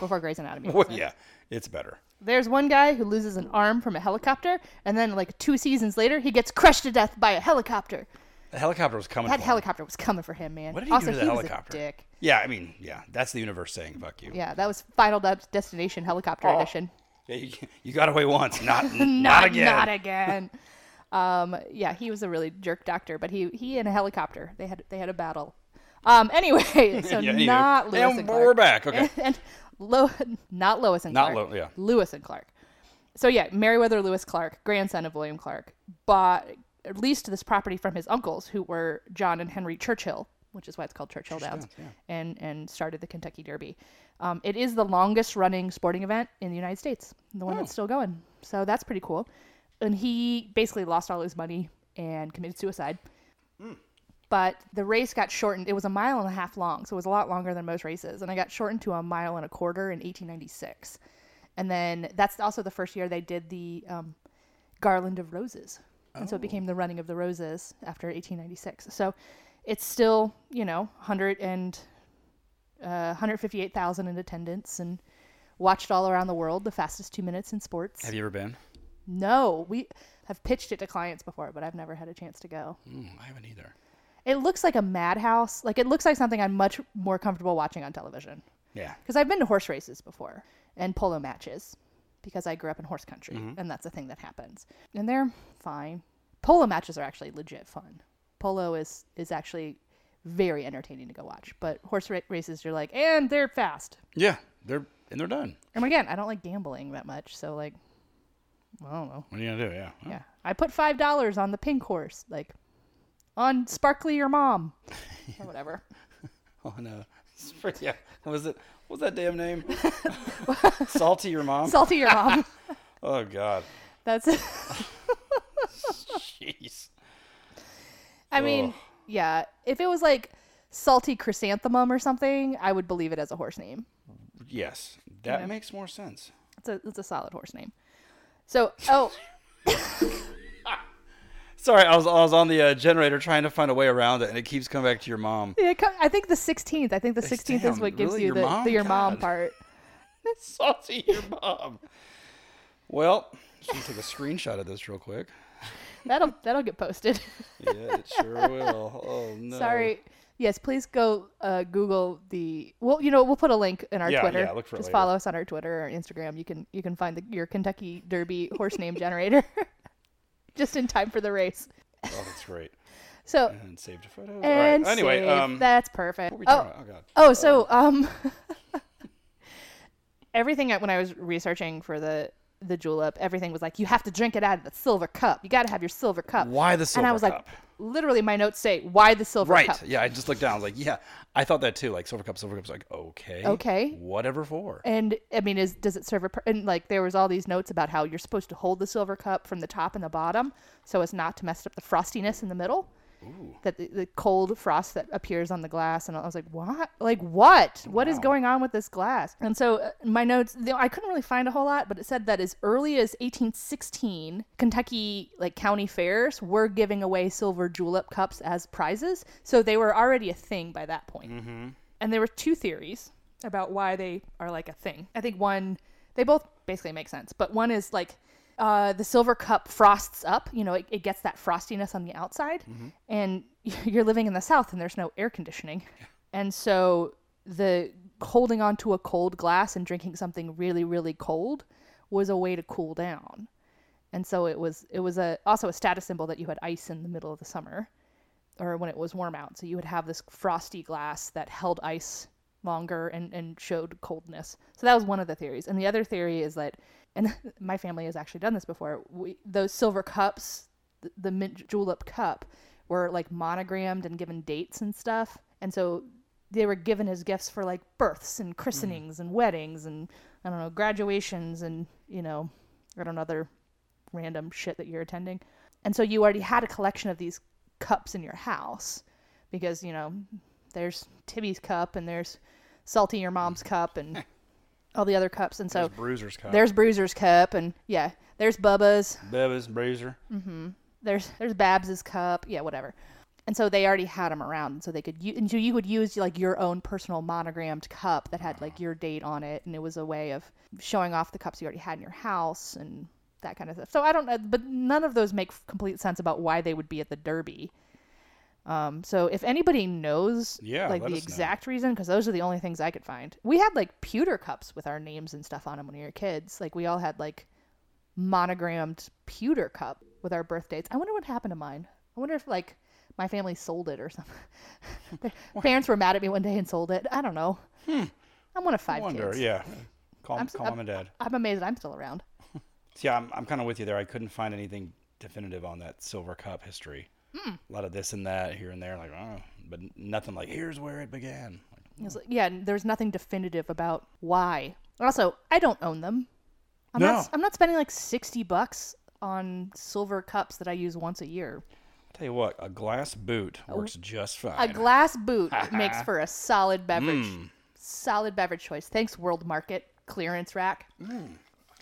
S2: before Grey's Anatomy.
S1: Well, yeah, it's better.
S2: There's one guy who loses an arm from a helicopter, and then like two seasons later, he gets crushed to death by a helicopter.
S1: The helicopter was coming.
S2: That
S1: for him.
S2: helicopter was coming for him, man.
S1: What did he
S2: also,
S1: do to the
S2: he
S1: helicopter?
S2: was a dick.
S1: Yeah, I mean, yeah, that's the universe saying "fuck you."
S2: Yeah, that was Final Dub- Destination Helicopter Edition.
S1: Yeah, you, you got away once,
S2: [LAUGHS]
S1: not Oh, not,
S2: Not
S1: again.
S2: Not again. [LAUGHS] um, yeah, he was a really jerk doctor, but he he and a helicopter they had they had a battle. Um, anyway, [LAUGHS] so
S1: Yeah, anywho.
S2: not Lewis
S1: And
S2: and Clark.
S1: we're back.
S2: [LAUGHS]
S1: Okay.
S2: and Lo- not Lois and
S1: Not
S2: Clark.
S1: Lo- yeah.
S2: Lewis and Clark. So yeah, Meriwether Lewis Clark, grandson of William Clark, bought at least this property from his uncles, who were John and Henry Churchill, which is why it's called Churchill Downs, and and started the Kentucky Derby. Um, it is the longest running sporting event in the United States, the
S1: Oh.
S2: one that's still going. So that's pretty cool. And he basically lost all his money and committed suicide but the race got shortened. It was a mile and a half long, so it was a lot longer than most races, and I got shortened to a mile and a quarter in 1896. And then that's also the first year they did the um, Garland of Roses, and so it
S1: Oh.
S2: became the Running of the Roses after 1896. So it's still you know 100 and uh, 158,000 in attendance and watched all around the world. The fastest two minutes in sports.
S1: Have you ever been?
S2: no, we have pitched it to clients before, but I've never had a chance to go.
S1: Mm, I haven't either.
S2: It looks like a madhouse. Like it looks like something I'm much more comfortable watching on television.
S1: Yeah.
S2: Because I've been to horse races before and polo matches because I grew up in horse country and that's a thing that happens. And they're fine. Polo matches are actually legit fun. Polo is is actually very entertaining to go watch. But horse ra- races, you're like, and they're fast.
S1: Yeah. They're and they're done.
S2: And again, I don't like gambling that much, so like, I don't know.
S1: What are you gonna do? Yeah. [LAUGHS]
S2: Yeah, I put five dollars on the pink horse, like on Sparkly Your Mom, or whatever.
S1: Oh, On uh, yeah. What was it? What's that damn
S2: [LAUGHS]
S1: name? [LAUGHS] Salty your mom.
S2: Salty your mom. [LAUGHS]
S1: oh God.
S2: That's.
S1: Jeez.
S2: I mean,
S1: Ugh.
S2: yeah. If it was like salty chrysanthemum or something, I would believe it as a horse name.
S1: Yes, that makes more sense.
S2: It's a it's a solid horse name. So oh
S1: Sorry, I was I was on the uh, generator trying to find a way around it, and it keeps coming back to your mom. [LAUGHS]
S2: yeah, co- I think the sixteenth. I think the sixteenth is
S1: damn,
S2: what gives
S1: really?
S2: you
S1: Your
S2: the the
S1: mom?
S2: your mom
S1: God.
S2: part.
S1: Salty your mom. Well, just gonna take a screenshot of this real quick.
S2: That'll that'll get posted. [LAUGHS]
S1: Yeah, it sure will. Oh no.
S2: Sorry. Yes, please go uh, Google the. Well, you know, we'll put a link in our
S1: Yeah,
S2: Twitter.
S1: yeah, look for it
S2: Just
S1: later.
S2: follow us on our Twitter or Instagram. You can you can find the, your Kentucky Derby horse name generator, [LAUGHS] just in time for the race.
S1: Oh, that's great.
S2: So
S1: And saved a photo.
S2: and
S1: All right. Anyway,
S2: save.
S1: um,
S2: that's perfect.
S1: what were we
S2: oh,
S1: talking about? Oh God.
S2: Oh, so
S1: [LAUGHS]
S2: um, [LAUGHS] everything I- when I was researching for the the julep, everything was like you have to drink it out of the silver cup. You got to have your silver cup.
S1: Why the
S2: and I
S1: silver
S2: was
S1: cup?
S2: like, literally, my notes say why the silver
S1: Right.
S2: cup.
S1: Yeah, I just looked down. I was like, yeah, I thought that too. Like silver cup, silver cup's like okay.
S2: Okay.
S1: Whatever for.
S2: And I mean, is does it serve a pur- and like there was all these notes about how you're supposed to hold the silver cup from the top and the bottom so as not to mess up the frostiness in the middle. That the, the cold frost that appears on the glass, and I was like, "What? Like what? What is going on with this glass?" And so uh, my notes, you know, I couldn't really find a whole lot, but it said that as early as 1816, Kentucky like county fairs were giving away silver julep cups as prizes, so they were already a thing by that point. And there were two theories about why they are like a thing. I think one, they both basically make sense, but one is like uh, the silver cup frosts up, you know, it, it gets that frostiness on the outside. And [LAUGHS] you're living in the South and there's no air conditioning. And so the holding onto a cold glass and drinking something really, really cold was a way to cool down. And so it was it was a also a status symbol that you had ice in the middle of the summer or when it was warm out. So you would have this frosty glass that held ice longer and, and showed coldness. So that was one of the theories. And the other theory is that, and [LAUGHS] my family has actually done this before, we, those silver cups, the, the mint julep cup, were like monogrammed and given dates and stuff. And so they were given as gifts for like births and christenings and weddings and, I don't know, graduations and, you know, I don't know, other random shit that you're attending. And so you already had a collection of these cups in your house because, you know, there's Tibby's cup and there's Salty Your Mom's cup and all the other cups. And so
S1: There's Bruiser's cup.
S2: there's Bruiser's cup and yeah, there's Bubba's,
S1: Bubba's Bruiser.
S2: there's there's Babs's cup, yeah, whatever. And so they already had them around, so they could u- and so you would use like your own personal monogrammed cup that had
S1: Uh-huh.
S2: like your date on it, and it was a way of showing off the cups you already had in your house and that kind of stuff. So I don't know, but none of those make complete sense about why they would be at the Derby. Um, so if anybody knows
S1: Yeah,
S2: like
S1: let
S2: the
S1: us know.
S2: exact reason, because those are the only things I could find. We had like pewter cups with our names and stuff on them when we were kids. Like we all had like monogrammed pewter cup with our birth dates. I wonder what happened to mine. I wonder if like my family sold it or something. [LAUGHS] Their parents were mad at me one day and sold it. I don't know. I'm one of five
S1: Hmm. Wonder.
S2: kids.
S1: Yeah. Call,
S2: I'm s-
S1: call
S2: I'm-
S1: mom and dad.
S2: I'm amazed I'm still around.
S1: Yeah, I'm, I'm kind of with you there. I couldn't find anything definitive on that silver cup history.
S2: Hmm.
S1: A lot of this and that here and there, like, oh, but nothing like here's where it began. Like,
S2: It was like, yeah, and there's nothing definitive about why. Also, I don't own them. I'm
S1: No.
S2: not I'm not spending like 60 bucks on silver cups that I use once a year.
S1: I'll tell you what, a glass boot works just
S2: Oh. A
S1: fine. [LAUGHS]
S2: glass boot makes for a solid beverage.
S1: Hmm.
S2: Solid beverage choice. Thanks World Market clearance rack.
S1: I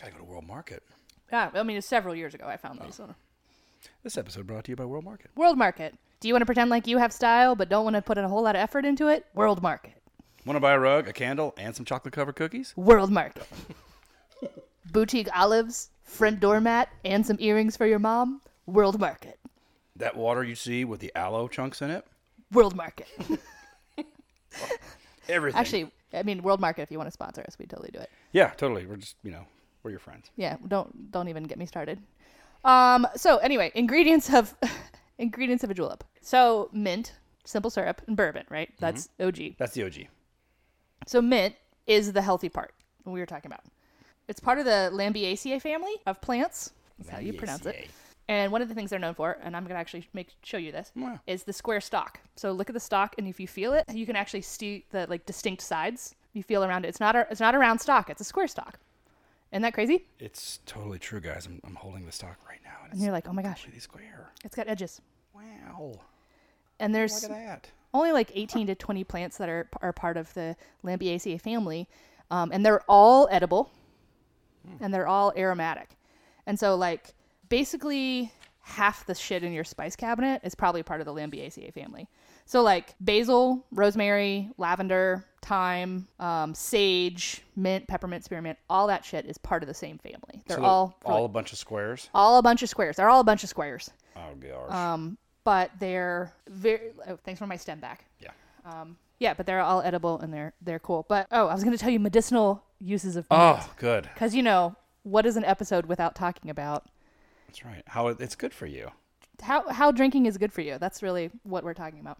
S1: gotta go to World Market.
S2: Yeah, Ah, I mean, it's several years ago I found these.
S1: This episode brought to you by World Market.
S2: World Market. Do you want to pretend like you have style but don't want to put in a whole lot of effort into it? World Market.
S1: Want to buy a rug, a candle, and some chocolate covered cookies?
S2: World Market. Boutique olives, front doormat, and some earrings for your mom? World Market.
S1: That water you see with the aloe chunks in it?
S2: World Market.
S1: Everything.
S2: Actually, I mean, World Market. If you want to sponsor us, we'd totally do it.
S1: yeah, totally. We're just, you know, we're your friends.
S2: Yeah, don't don't even get me started. Um. So anyway, ingredients of [LAUGHS] ingredients of a julep. So mint, simple syrup, and bourbon. Right. That's OG.
S1: That's the OG.
S2: So mint is the healthy part we were talking about. It's part of the Lambiaceae family of plants. That's how you pronounce it.
S1: Lambiaceae.
S2: And one of the things they're known for, and I'm gonna actually make show you this,
S1: Wow.
S2: is the square stalk. So look at the stalk, and if you feel it, you can actually see the like distinct sides. you feel around it. It's not a it's not a round stock. It's a square stock. Isn't that crazy?
S1: It's totally true, guys. I'm, I'm holding the stock right now. And
S2: And
S1: it's
S2: you're like, oh my gosh,
S1: completely square.
S2: it's got edges.
S1: Wow.
S2: And
S1: Look
S2: there's
S1: at that.
S2: only like 18 to 20 plants that are are part of the Lambiaceae family, um, and they're all edible, and they're all aromatic, and so like basically half the shit in your spice cabinet is probably part of the Lambiaceae family. So like basil, rosemary, lavender, thyme, um, sage, mint, peppermint, spearmint, all that shit is part of the same family. They're
S1: So
S2: all
S1: all a bunch of squares.
S2: all a bunch of squares. They're all a bunch of squares.
S1: Oh gosh.
S2: Um, but they're very. Oh, thanks for my stem back.
S1: yeah.
S2: Yeah, but they're all edible and they're they're cool. But oh, I was going to tell you medicinal uses of
S1: Oh, good.
S2: because you know what is an episode without talking about
S1: That's right. How it, it's good for you.
S2: how how drinking is good for you. That's really what we're talking about.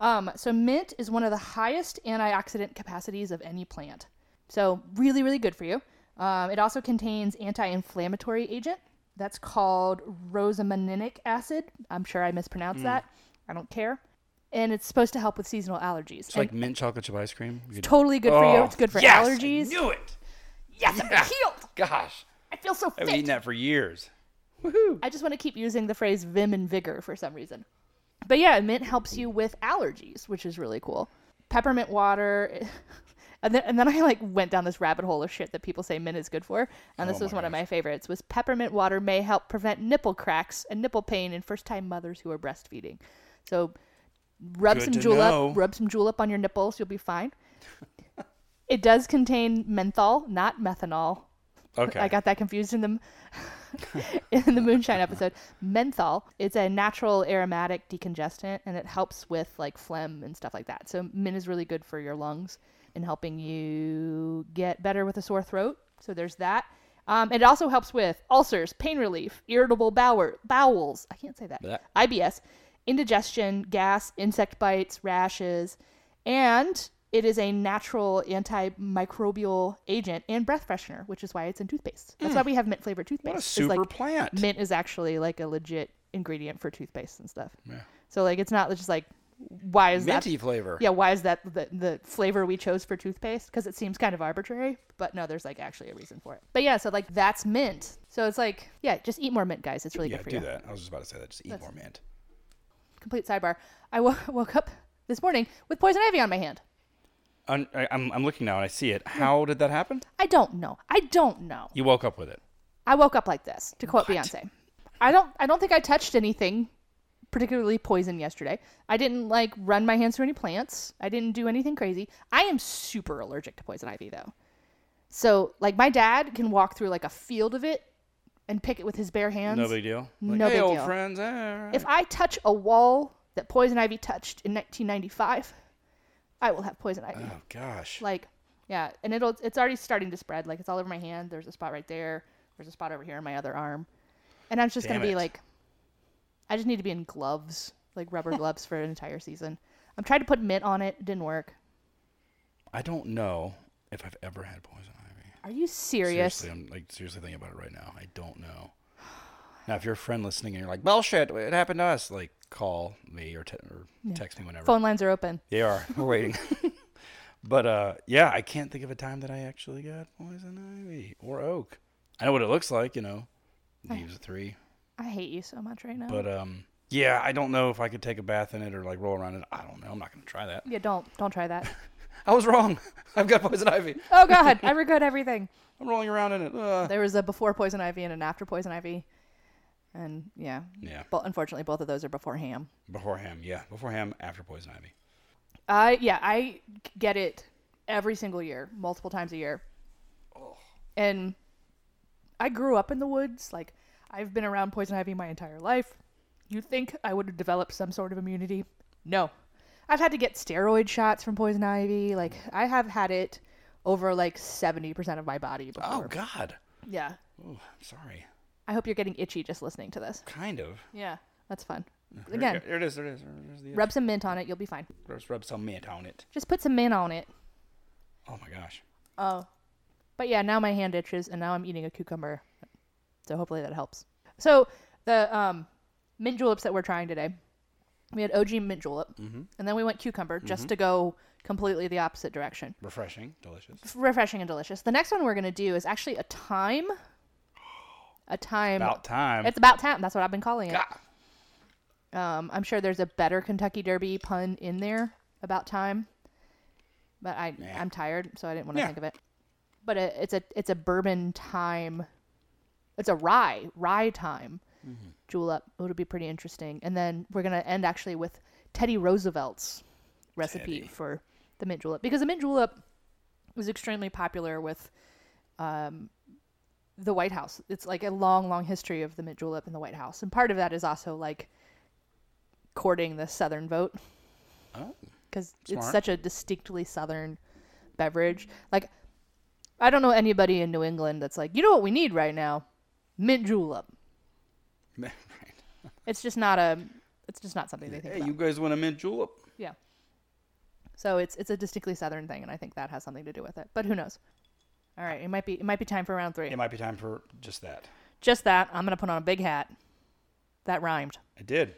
S2: Um, so mint is one of the highest antioxidant capacities of any plant. So really, really good for you. Um, it also contains anti-inflammatory agent that's called rosamininic acid. I'm sure I
S1: Mm.
S2: mispronounced that. I don't care. And it's supposed to help with seasonal allergies.
S1: It's like mint chocolate chip ice cream. You could-
S2: totally good for you.
S1: Oh,
S2: It's good for
S1: yes,
S2: allergies.
S1: I knew it.
S2: Yes, I'm
S1: Yeah.
S2: healed.
S1: Gosh,
S2: I feel so
S1: I've
S2: fit.
S1: been eating that for years.
S2: I just want to keep using the phrase vim and vigor for some reason. But yeah, mint helps you with allergies, which is really cool. Peppermint water. [LAUGHS] And then, and then I like went down this rabbit hole of shit that people say mint is good for, and this
S1: Oh
S2: was
S1: my
S2: one of my favorites. Was peppermint water may help prevent nipple cracks and nipple pain in first-time mothers who are breastfeeding. So, rub
S1: Good
S2: some
S1: to
S2: julep,
S1: know.
S2: rub some julep on your nipples, you'll
S1: [LAUGHS]
S2: be fine. it does contain menthol, not methanol,
S1: Okay.
S2: I got that confused in the [LAUGHS] in the moonshine episode. Menthol. It's a natural aromatic decongestant, and it helps with like phlegm and stuff like that. So mint is really good for your lungs and helping you get better with a sore throat. So there's that. Um, it also helps with ulcers, pain relief, irritable bowel bowels. I can't say that.
S1: Blech.
S2: IBS, indigestion, gas, insect bites, rashes, and it is a natural antimicrobial agent and breath freshener, which is why it's in toothpaste. That's why we have mint flavored toothpaste.
S1: Mm. what a
S2: It's
S1: super
S2: like,
S1: plant.
S2: mint is actually like a legit ingredient for toothpaste and stuff.
S1: Yeah.
S2: So like it's not just like why is that
S1: Minty flavor.
S2: yeah, why is that the, the flavor we chose for toothpaste? Because it seems kind of arbitrary, but no, there's like actually a reason for it. But yeah, so like that's mint. So it's like, yeah, just eat more mint, guys. It's really
S1: Yeah,
S2: good for
S1: do
S2: you.
S1: that. I was just about to say that. Just eat more mint.
S2: Complete sidebar. I wo- [LAUGHS] woke up this morning with poison ivy on my hand.
S1: I'm, I- I'm, I'm looking now and I see it.
S2: Hmm.
S1: How did that happen?
S2: I don't know. I don't know.
S1: You woke up with it.
S2: I woke up like this, to quote Beyonce. I don't I don't think I touched anything particularly poison yesterday. I didn't like run my hands through any plants. I didn't do anything crazy. I am super allergic to poison ivy though. So like my dad can walk through like a field of it and pick it with his bare hands.
S1: No big deal. Like,
S2: No
S1: hey,
S2: big
S1: old
S2: deal.
S1: friends. eh,
S2: If I touch a wall that poison ivy touched in 1995, I will have poison ivy.
S1: Oh gosh.
S2: Like, yeah, and it'll it's already starting to spread. Like it's all over my hand. There's a spot right there. There's a spot over here on my other arm, and I'm just
S1: Damn
S2: gonna be
S1: it.
S2: like, I just need to be in gloves, like
S1: [LAUGHS]
S2: rubber gloves, for an entire season. I'm trying to put mint on it. It didn't work.
S1: I don't know if I've ever had poison ivy.
S2: Are you serious?
S1: Seriously, I'm like seriously thinking about it right now. I don't know. Now, if you're a friend listening and you're like, bullshit, it happened to us, like call me or, te- or text me whenever.
S2: Phone lines are open.
S1: They are. [LAUGHS] We're waiting. but uh, yeah, I can't think of a time that I actually got poison ivy or oak. I know what it looks like, you know, leaves of three.
S2: I hate you so much right now.
S1: But um, yeah, I don't know if I could take a bath in it or like roll around in it. I don't know. I'm not gonna try that.
S2: yeah, don't don't
S1: [LAUGHS]
S2: try that.
S1: I was wrong. [LAUGHS] I've got poison ivy.
S2: oh God, I regret everything.
S1: I'm rolling around in it. Ugh.
S2: There was a before poison ivy and an after poison ivy, and yeah,
S1: Yeah.
S2: but unfortunately, both of those are before ham.
S1: Before ham, yeah. Before ham, after poison ivy.
S2: I yeah, I get it every single year, multiple times a year. And I grew up in the woods, like I've been around poison ivy my entire life. You think I would have developed some sort of immunity? No. I've had to get steroid shots from poison ivy. Like I have had it over like 70% of my body before.
S1: Oh God.
S2: Yeah.
S1: Oh, I'm sorry.
S2: I hope you're getting itchy just listening to this.
S1: Kind of.
S2: Yeah. That's fun.
S1: There-
S2: Again,
S1: There it is. There it is. There's the
S2: rub some mint on it, you'll be fine.
S1: Let's rub some mint on it.
S2: Just put some mint on it.
S1: Oh my gosh.
S2: Oh. But yeah, now my hand itches and now I'm eating a cucumber. So hopefully that helps. So the um mint juleps that we're trying today We had OG mint julep,
S1: Mm-hmm.
S2: and then we went cucumber just to go completely the opposite direction.
S1: Refreshing, delicious.
S2: Refreshing and delicious. The next one we're gonna do is actually a time. A time.
S1: About time.
S2: It's about time. That's what I've been calling it. Um, I'm sure there's a better Kentucky Derby pun in there about time, but I I'm tired, so I didn't want to
S1: Yeah.
S2: think of it. But it, it's a it's a bourbon time. It's a rye rye time.
S1: Mm-hmm.
S2: Julep. It would be pretty interesting. And then we're gonna end actually with Teddy Roosevelt's recipe
S1: Teddy.
S2: for the mint julep because the mint julep was extremely popular with um, the White House. It's like a long, long history of the mint julep in the White House, and part of that is also like courting the Southern vote
S1: Oh,
S2: because it's
S1: Smart.
S2: such a distinctly Southern beverage. Like, I don't know anybody in New England that's like, you know what we need right now, mint julep.
S1: [LAUGHS] right.
S2: It's just not a, it's just not something they think
S1: Hey,
S2: about.
S1: you guys want a mint julep?
S2: Yeah. So it's it's a distinctly Southern thing, and I think that has something to do with it. But who knows? All right, it might be it might be time for round three.
S1: It might be time for just that.
S2: Just that I'm gonna put on a big hat. That rhymed.
S1: I did.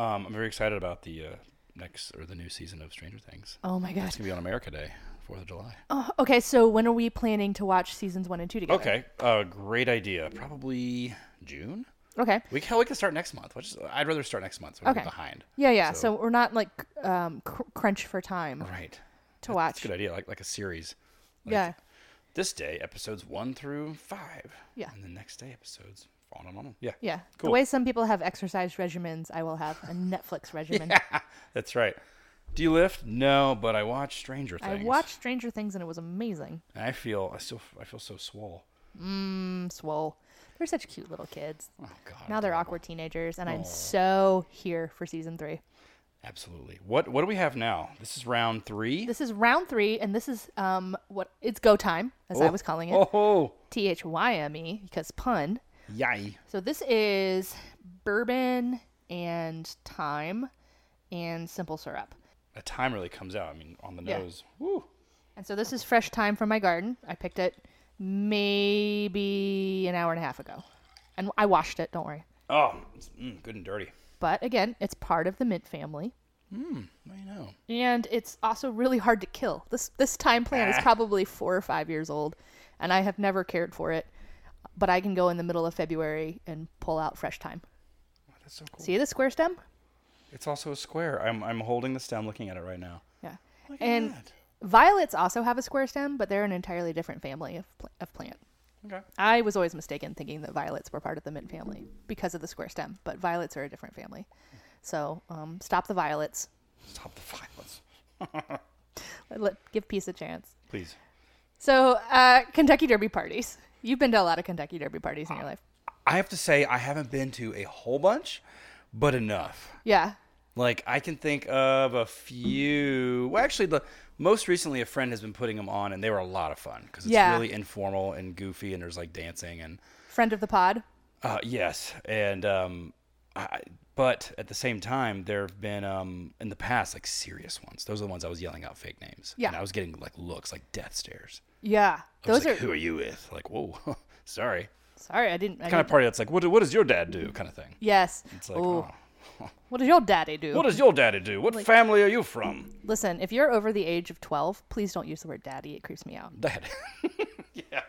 S1: Um, I'm very excited about the uh, next or the new season of Stranger Things.
S2: Oh my god.
S1: It's gonna be on America Day, Fourth of July.
S2: Oh, okay, so when are we planning to watch seasons one and two together?
S1: Okay, uh, great idea. Probably June.
S2: Okay.
S1: We can, we can start next month. Which is, I'd rather start next month. So we're
S2: Okay.
S1: behind.
S2: Yeah, yeah. So,
S1: So-
S2: we're not like um, cr- crunch for time
S1: Right.
S2: to
S1: That's
S2: watch.
S1: a good idea. Like like a series. Like,
S2: yeah.
S1: This day, episodes one through five.
S2: Yeah.
S1: And the next day, episodes on and on. Yeah.
S2: Yeah. The
S1: Cool.
S2: way some people have exercise regimens, I will have
S1: [LAUGHS]
S2: a Netflix regimen.
S1: That's right. Do you lift? No, but I watch Stranger
S2: I
S1: Things.
S2: watched Stranger Things and it was amazing.
S1: And I feel I still I feel so swole.
S2: I'm Mm, swole. They're such cute little kids.
S1: Oh God.
S2: Now they're awkward teenagers, and I'm so here for season three.
S1: Absolutely. What what do we have now? This is round three.
S2: This is round three, and this is um what it's go time, as I was calling it.
S1: Oh,
S2: T H Y M E, because pun.
S1: yay!
S2: So this is bourbon and thyme and simple syrup.
S1: The time really comes out. I mean, on the
S2: Yeah.
S1: nose. Woo.
S2: And so this is fresh thyme from my garden. I picked it maybe an hour and a half ago. And I washed it, don't worry.
S1: Oh, it's, mm, good and dirty.
S2: But again, it's part of the mint family.
S1: Well, you know.
S2: And it's also really hard to kill. This this thyme plant is probably 4 or 5 years old and I have never cared for it. But I can go in the middle of February and pull out fresh thyme.
S1: Oh, that's so cool.
S2: See the square stem?
S1: It's also a square. I'm I'm holding the stem, looking at it right now.
S2: Yeah.
S1: Look
S2: And
S1: at
S2: Violets also have a square stem, but they're an entirely different family of, pl- of plant.
S1: that. Okay.
S2: I was always mistaken thinking that violets were part of the mint family because of the square stem, but violets are a different family. So um, stop the violets.
S1: Stop the violence,
S2: Let, give peace a chance.
S1: please.
S2: So uh, Kentucky Derby parties. You've been to a lot of Kentucky Derby parties in your life.
S1: I have to say I haven't been to a whole bunch, but enough.
S2: Yeah.
S1: Like I can think of a few. Well, actually, the most recently a friend has been putting them on, and they were a lot of fun because it's
S2: Yeah.
S1: really informal and goofy, and there's like dancing and
S2: Friend of the pod.
S1: uh, yes, and um, I, but at the same time, there have been um in the past like serious ones. Those are the ones I was yelling out fake names.
S2: Yeah.
S1: and I was getting like looks, like death stares.
S2: Yeah.
S1: I was
S2: Those
S1: like,
S2: are.
S1: who are you with? Like, whoa, [LAUGHS] sorry.
S2: Sorry, I didn't. I
S1: Kind of
S2: didn't-
S1: party that's like, what, do- what does your dad do? Kind of thing.
S2: Yes.
S1: It's like,
S2: Ooh.
S1: oh,
S2: What does your daddy do?
S1: what does your daddy do? What family are you from?
S2: Listen, if you're over the age of 12, please don't use the word daddy. It creeps me out.
S1: Dad. [LAUGHS] yeah.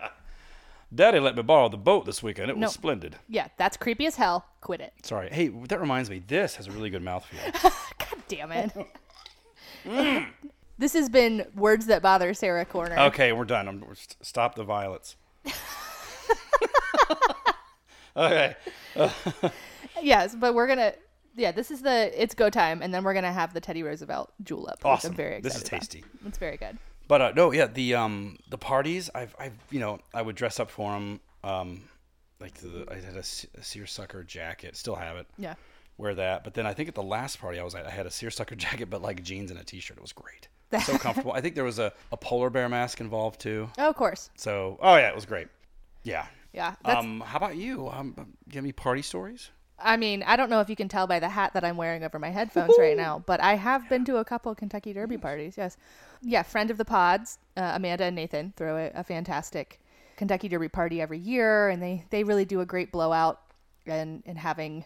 S1: Daddy let me borrow the boat this weekend. It
S2: No.
S1: was splendid.
S2: Yeah, that's creepy as hell. Quit it.
S1: Sorry. Hey, that reminds me. This has a really good
S2: [LAUGHS]
S1: mouthfeel.
S2: God damn it. [LAUGHS] this has been Words That Bother Sarah Corner.
S1: okay, we're done. I'm, we're st- stop the
S2: [LAUGHS]
S1: violets. okay.
S2: Yes, but we're going to. Yeah, this is the it's go time, and then we're gonna have the Teddy Roosevelt julep. which
S1: Awesome.
S2: I'm very
S1: This is
S2: excited about.
S1: tasty.
S2: It's very good.
S1: But uh, no, yeah, the um the parties. I've I've you know I would dress up for them. Um, like the, I had a, se- a seersucker jacket. Still have it.
S2: Yeah.
S1: Wear that. But then I think at the last party I was at, I had a seersucker [LAUGHS] jacket, but like jeans and a t-shirt. It was great.
S2: [LAUGHS]
S1: So comfortable. I think there was a, a polar bear mask involved too.
S2: Oh, of course.
S1: So oh yeah, it was great. Yeah.
S2: Yeah. That's,
S1: um, how about you? Um, do you have any party stories?
S2: I mean, I don't know if you can tell by the hat that I'm wearing over my headphones right now, but I have been to a couple Kentucky Derby parties. Yes. Yeah, friend of the pods, uh, Amanda and Nathan throw a, a fantastic Kentucky Derby party every year, and they, they really do a great blowout and, and having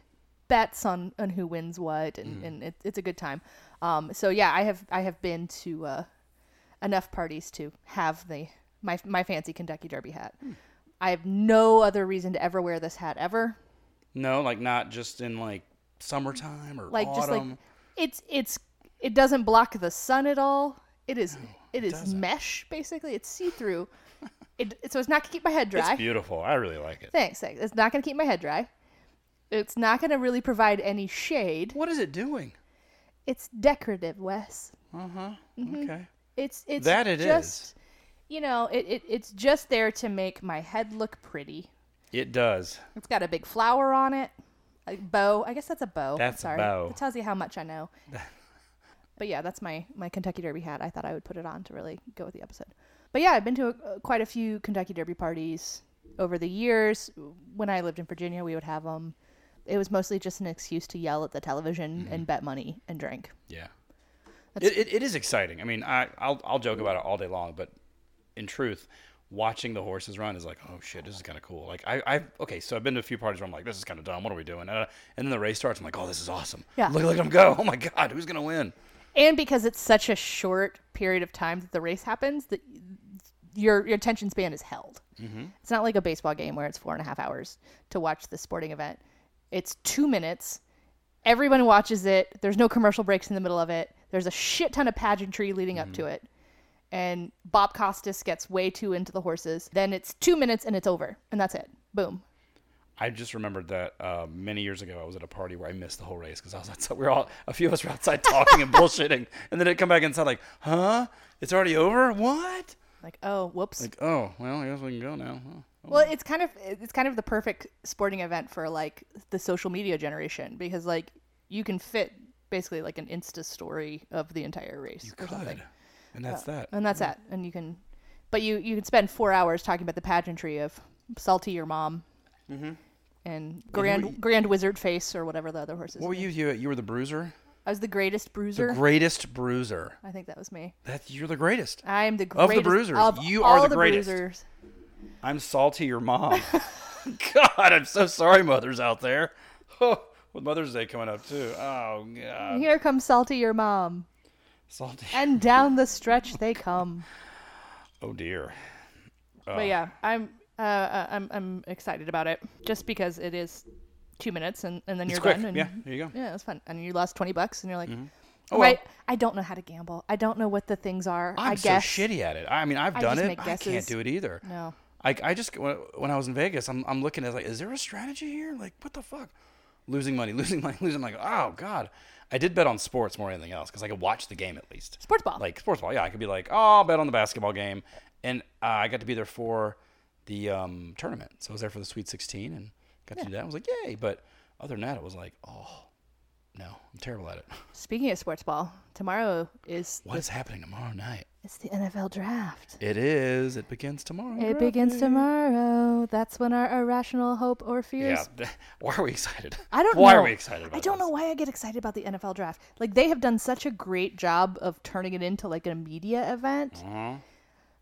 S2: bets on, on who wins what, and, and it, it's a good time. Um, so yeah, I have I have been to uh, enough parties to have the my my fancy Kentucky Derby hat. I have no other reason to ever wear this hat ever.
S1: No, like not just in like summertime or
S2: like
S1: autumn.
S2: just like it's it's it doesn't block the sun at all. It is it is mesh basically. It's
S1: [LAUGHS]
S2: see through. it so it's not gonna keep my head
S1: it's
S2: dry.
S1: beautiful. I really like it.
S2: Thanks, thanks. It's not gonna keep my head dry. It's not gonna really provide any shade.
S1: What is it doing?
S2: It's decorative, Wes.
S1: Uh huh.
S2: Mm-hmm.
S1: Okay.
S2: It's it's
S1: That it
S2: just
S1: is.
S2: you know it, it it's just there to make my head look pretty.
S1: It does.
S2: It's got a big flower on it, a bow. I guess that's a bow.
S1: That's a
S2: Sorry.
S1: bow.
S2: It tells you how much
S1: [LAUGHS]
S2: I know. but yeah, that's my my Kentucky Derby hat. I thought I would put it on to really go with the episode. But yeah, I've been to a, uh, quite a few Kentucky Derby parties over the years. When I lived in Virginia, we would have them. It was mostly just an excuse to yell at the television
S1: Mm-hmm.
S2: and bet money and drink.
S1: Yeah. It, it, it is exciting. I mean, I I'll, I'll joke about it all day long, but in truth, watching the horses run is like, oh shit, this is kind of cool. Like I I okay, so I've been to a few parties where I'm like, this is kind of dumb. What are we doing? Uh, and then the race starts. I'm like, oh, this is awesome.
S2: Yeah.
S1: Look look at them go. [LAUGHS] Oh my god, who's gonna win?
S2: and because it's such a short period of time that the race happens that your your attention span is held it's not like a baseball game where it's four and a half hours to watch the sporting event it's two minutes everyone watches it there's no commercial breaks in the middle of it there's a shit ton of pageantry leading up to it and bob costas gets way too into the horses then it's two minutes and it's over and that's it boom
S1: I just remembered that uh, many years ago I was at a party where I missed the whole race because I was outside. [LAUGHS] We were all a few of us were outside talking and bullshitting, and then it come back inside like, huh? It's already over? What?
S2: like oh whoops
S1: Like, oh well, I guess we can go now. huh?
S2: Well, it's kind of it's kind of the perfect sporting event for like the social media generation because like you can fit basically like an Insta story of the entire race or something,
S1: God, and that's that.
S2: and that's that. And you can, but you you can spend four hours talking about the pageantry of salty your mom,
S1: Mm-hmm.
S2: and grand
S1: were you-
S2: grand wizard face or whatever the other horses.
S1: What were you? You you were the bruiser,
S2: I was the greatest bruiser.
S1: greatest bruiser.
S2: I think that was me.
S1: That you're the greatest.
S2: I am the
S1: the
S2: greatest
S1: bruisers.
S2: of
S1: You are
S2: all
S1: the greatest.
S2: bruisers.
S1: I'm salty, your [LAUGHS] mom. God, I'm so sorry, mothers out there. [LAUGHS] Oh, with Mother's Day coming up too. Oh God,
S2: Here comes salty your mom,
S1: salty.
S2: and down the stretch they come.
S1: Oh dear. Oh.
S2: but yeah, I'm uh, uh, I'm I'm excited about it just because it is two minutes and, and then you're
S1: It's quick.
S2: done. And,
S1: Yeah, there you go.
S2: Yeah, it's fun, and you lost twenty bucks, and you're like,
S1: Oh,
S2: right?
S1: well.
S2: I don't know how to gamble. I don't know what the things are.
S1: I'm
S2: I guess
S1: so shitty at it. I mean, I've done
S2: just
S1: it.
S2: make
S1: I can't
S2: guesses.
S1: do it either.
S2: No.
S1: I, I just when when I was in Vegas, I'm, I'm looking at like, is there a strategy here? Like, what the fuck? Losing money, [LAUGHS] losing money, losing. money. like, oh god. I did bet on sports more than anything else because I could watch the game at least.
S2: sports ball.
S1: Like sports ball, yeah. I could be like, oh, I'll bet on the basketball game, and uh, I got to be there for the um, tournament. So I was there for the Sweet 16 and got to do that. I was like, yay! But other than that, it was like, oh no, I'm terrible at it. [LAUGHS]
S2: Speaking of sports ball, tomorrow is
S1: What is happening tomorrow night?
S2: it's the NFL draft.
S1: It is. It begins tomorrow.
S2: It begins tomorrow. That's when our irrational hope or fears.
S1: Yeah. [LAUGHS] Why are we excited?
S2: I don't
S1: Why
S2: know.
S1: are we excited about
S2: I don't know why I get excited about the NFL draft. Like they have done such a great job of turning it into like a media event.
S1: Mm-hmm.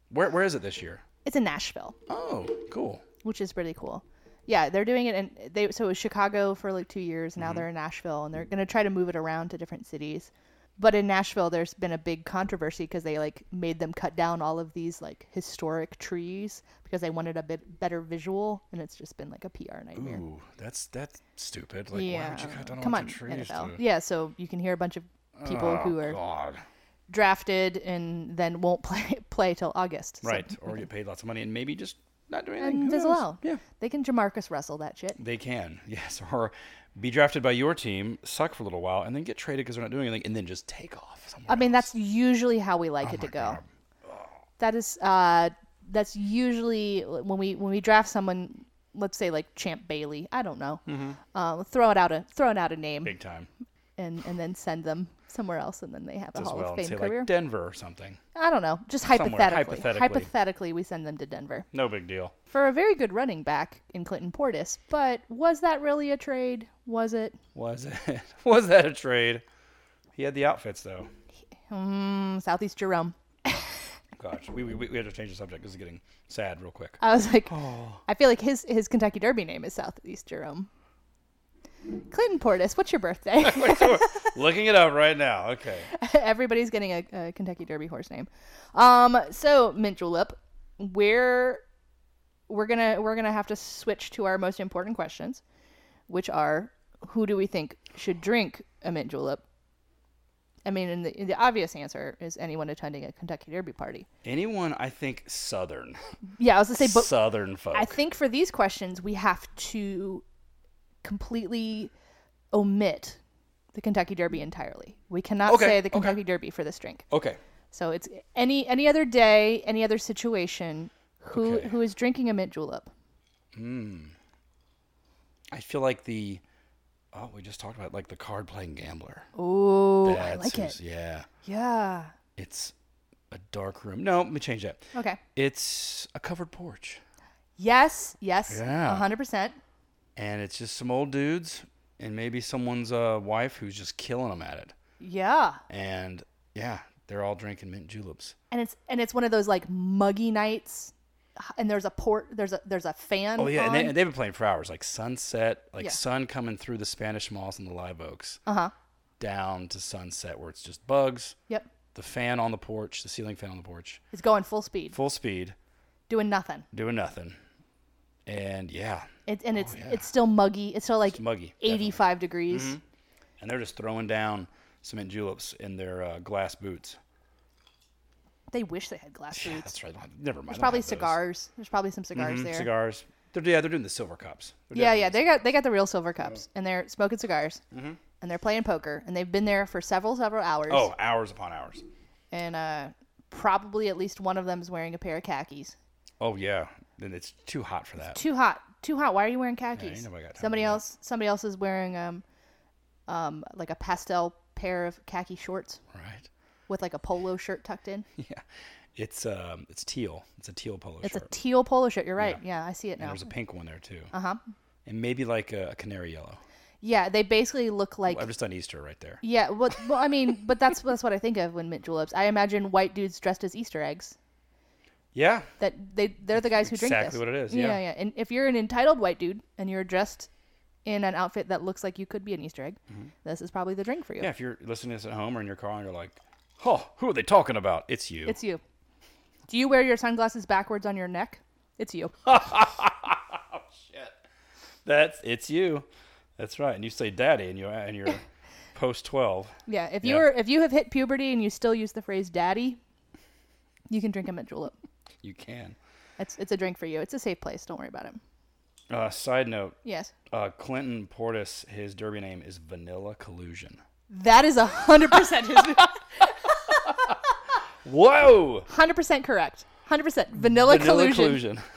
S1: Where where is it this year?
S2: It's in Nashville.
S1: Oh, cool.
S2: which is pretty cool. Yeah, they're doing it, and they so it was Chicago for like two years.
S1: Mm-hmm.
S2: Now they're in Nashville, and they're gonna try to move it around to different cities. But in Nashville, there's been a big controversy because they like made them cut down all of these like historic trees because they wanted a bit better visual, and it's just been like a PR nightmare.
S1: Ooh, that's that's stupid. Like, why
S2: yeah,
S1: would you cut down a
S2: come
S1: bunch
S2: on,
S1: of trees?
S2: NFL.
S1: to-
S2: Yeah, so you can hear a bunch of people
S1: Oh,
S2: who are
S1: God.
S2: drafted and then won't [LAUGHS] play play till August. So-
S1: right,
S2: [LAUGHS]
S1: or get paid lots of money and maybe just not do anything.
S2: and
S1: Who
S2: fizzle
S1: knows?
S2: out.
S1: Yeah,
S2: they can Jamarcus Russell that shit.
S1: they can. [LAUGHS] Yes, or be drafted by your team, suck for a little while, and then get traded because they're not doing anything, and then just take off. Somewhere
S2: I mean, that's usually how we like it to go. That is, uh, that's usually when we when we draft someone. Let's say like Champ Bailey. I don't know. Uh, throw it out a throw it out a name.
S1: big time.
S2: and and then send them somewhere else, and then they have a
S1: as
S2: Hall
S1: well
S2: of
S1: and
S2: Fame
S1: say
S2: career.
S1: like Denver or something.
S2: I don't know. Just
S1: Somewhere,
S2: hypothetically.
S1: hypothetically.
S2: Hypothetically, we send them to Denver
S1: No big deal.
S2: for a very good running back in Clinton Portis. But was that really a trade? Was it?
S1: Was it? [LAUGHS] Was that a trade? He had the outfits though.
S2: Hmm, Southeast Jerome.
S1: Gosh, we we, we had to change the subject. This is getting sad real quick.
S2: I was like, I feel like his his Kentucky Derby name is Southeast Jerome. Clinton Portis, what's your birthday? [LAUGHS]
S1: Looking it up right now. Okay.
S2: Everybody's getting a, a Kentucky Derby horse name. Um, so Mint Julep, we're we're gonna we're gonna have to switch to our most important questions, which are who do we think should drink a mint julep? I mean, and the, and the obvious answer is anyone attending a Kentucky Derby party.
S1: Anyone I think Southern.
S2: Yeah, I was gonna say, but
S1: Southern folk.
S2: I think for these questions we have to completely omit the Kentucky Derby entirely. We cannot
S1: Okay,
S2: say the
S1: okay.
S2: Kentucky Derby for this drink.
S1: okay.
S2: So it's any any other day, any other situation. Who
S1: Okay.
S2: who is drinking a mint julep?
S1: I feel like the oh, we just talked about like the card playing gambler.
S2: Ooh, I
S1: That's
S2: like
S1: who's-
S2: it.
S1: Yeah.
S2: Yeah.
S1: It's a dark room. No, let me change that.
S2: Okay.
S1: It's a covered porch.
S2: Yes. Yes.
S1: Yeah.
S2: A hundred percent.
S1: And it's just some old dudes and maybe someone's uh, wife who's just killing them at it.
S2: Yeah.
S1: And yeah, they're all drinking mint juleps.
S2: And it's and it's one of those like muggy nights, and there's a port. There's a there's a fan.
S1: Oh yeah,
S2: On.
S1: and, they, and they've been playing for hours. Like sunset, like
S2: Yeah.
S1: sun coming through the Spanish moss and the live oaks,
S2: uh-huh.
S1: down to sunset where it's just bugs,
S2: Yep.
S1: the fan on the porch, the ceiling fan on the porch,
S2: It's going full speed,
S1: full speed,
S2: doing nothing.
S1: doing nothing, and Oh, yeah,
S2: It, and it's it's still muggy. It's still like
S1: muggy,
S2: eighty five degrees.
S1: and they're just throwing down cement juleps in their uh, glass boots.
S2: They wish they had glass
S1: Yeah,
S2: boots.
S1: that's right. I don't- Never mind. I
S2: There's
S1: don't
S2: probably
S1: have those.
S2: cigars. There's probably some cigars there.
S1: Cigars. They're, yeah, they're doing the silver cups. They're
S2: Yeah,
S1: definitely-
S2: yeah, they got they got the real silver cups, and they're smoking cigars, and they're playing poker, and they've been there for several several hours.
S1: Oh, hours upon hours.
S2: and uh, probably at least one of them is wearing a pair of khakis.
S1: Oh yeah. Then it's too hot for that.
S2: Too hot, too hot. Why are you wearing khakis?
S1: nobody got time
S2: somebody
S1: for that.
S2: else, somebody else is wearing um, um, like a pastel pair of khaki shorts
S1: Right. [LAUGHS]
S2: with like a polo shirt tucked in.
S1: Yeah. It's um it's teal. It's a teal polo
S2: It's
S1: shirt.
S2: a teal polo shirt. You're right. Yeah, I see it
S1: and
S2: now.
S1: there's a pink one there too. Uh
S2: Uh-huh.
S1: huh. And maybe like a, a canary yellow.
S2: Yeah, they basically look like
S1: I've just done Easter right there.
S2: Yeah, well, well, I mean, but that's that's what I think of when mint juleps. I imagine white dudes dressed as Easter eggs.
S1: Yeah.
S2: That they they're the guys who drink
S1: Exactly
S2: this.
S1: what it is,
S2: yeah,
S1: yeah.
S2: yeah. And if you're an entitled white dude and you're dressed in an outfit that looks like you could be an Easter egg, this is probably the drink for you.
S1: Mm-hmm. Yeah. If you're listening to this at home or in your car and you're like, oh, who are they talking about? It's you.
S2: It's you. Do you wear your sunglasses backwards on your neck? It's you.
S1: That's it's you. That's right. And you say daddy and you and
S2: [LAUGHS]
S1: you're post twelve.
S2: Yeah. If you
S1: Yeah.
S2: are if you have hit puberty and you still use the phrase "daddy," you can drink a mint julep.
S1: You can.
S2: It's it's a drink for you. It's a safe place. Don't worry about it.
S1: Uh, side note,
S2: Yes.
S1: uh, Clinton Portis, his derby name is Vanilla Collusion.
S2: That is a
S1: [LAUGHS]
S2: hundred percent his.
S1: Whoa!
S2: Hundred percent correct. Hundred percent vanilla,
S1: Vanilla
S2: collusion.
S1: [LAUGHS]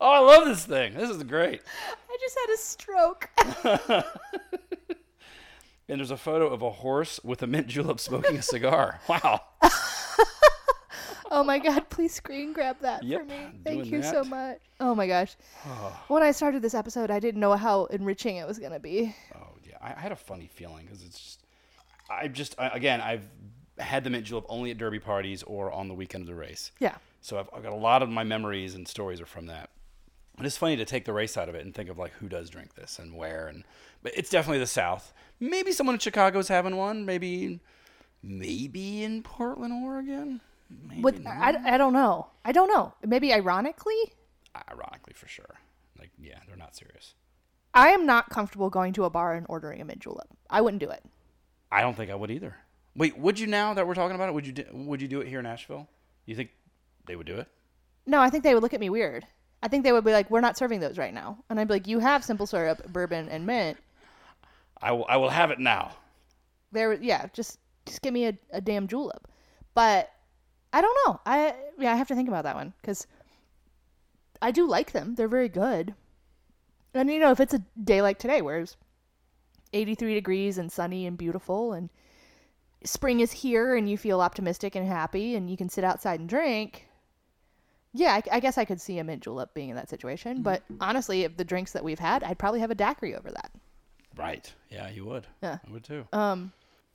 S1: oh, I love this thing. This is great.
S2: I just had a stroke. [LAUGHS]
S1: And there's a photo of a horse with a mint julep smoking a
S2: [LAUGHS]
S1: cigar. Wow.
S2: oh my god! Please screen grab that for
S1: Yep,
S2: me. Thank
S1: doing
S2: you so
S1: that.
S2: much. Oh
S1: [SIGHS]
S2: my gosh. When I started this episode, I didn't know how enriching it was gonna be.
S1: Oh yeah, I, I had a funny feeling because it's just, I just I, again I've had the mint julep only at derby parties or on the weekend of the race.
S2: Yeah.
S1: So I've, I've got a lot of my memories and stories are from that. And it's funny to take the race out of it and think of like who does drink this and where and but it's definitely the South. Maybe someone in Chicago's having one. Maybe maybe in Portland, Oregon. Maybe
S2: But I, I don't know. I don't know. Maybe ironically,
S1: ironically for sure. Like yeah, they're not serious.
S2: I am not comfortable going to a bar and ordering a mint julep. I wouldn't do it.
S1: I don't think I would either. Wait, would you now that we're talking about it? Would you do, would you do it here in Nashville? You think they would do it?
S2: No, I think they would look at me weird. I think they would be like, "We're not serving those right now," and I'd be like, "You have simple syrup, bourbon, and mint."
S1: I will I will have it now.
S2: there was- yeah just just give me a, a damn julep but i don't know i yeah i have to think about that one because i do like them they're very good And you know, if it's a day like today where it's 83 degrees and sunny and beautiful and spring is here and you feel optimistic and happy and you can sit outside and drink, yeah, I, I guess I could see a mint julep being in that situation. But honestly, if the drinks that we've had, I'd probably have a daiquiri over that.
S1: Right. Yeah, you would.
S2: Yeah. Uh,
S1: I would too.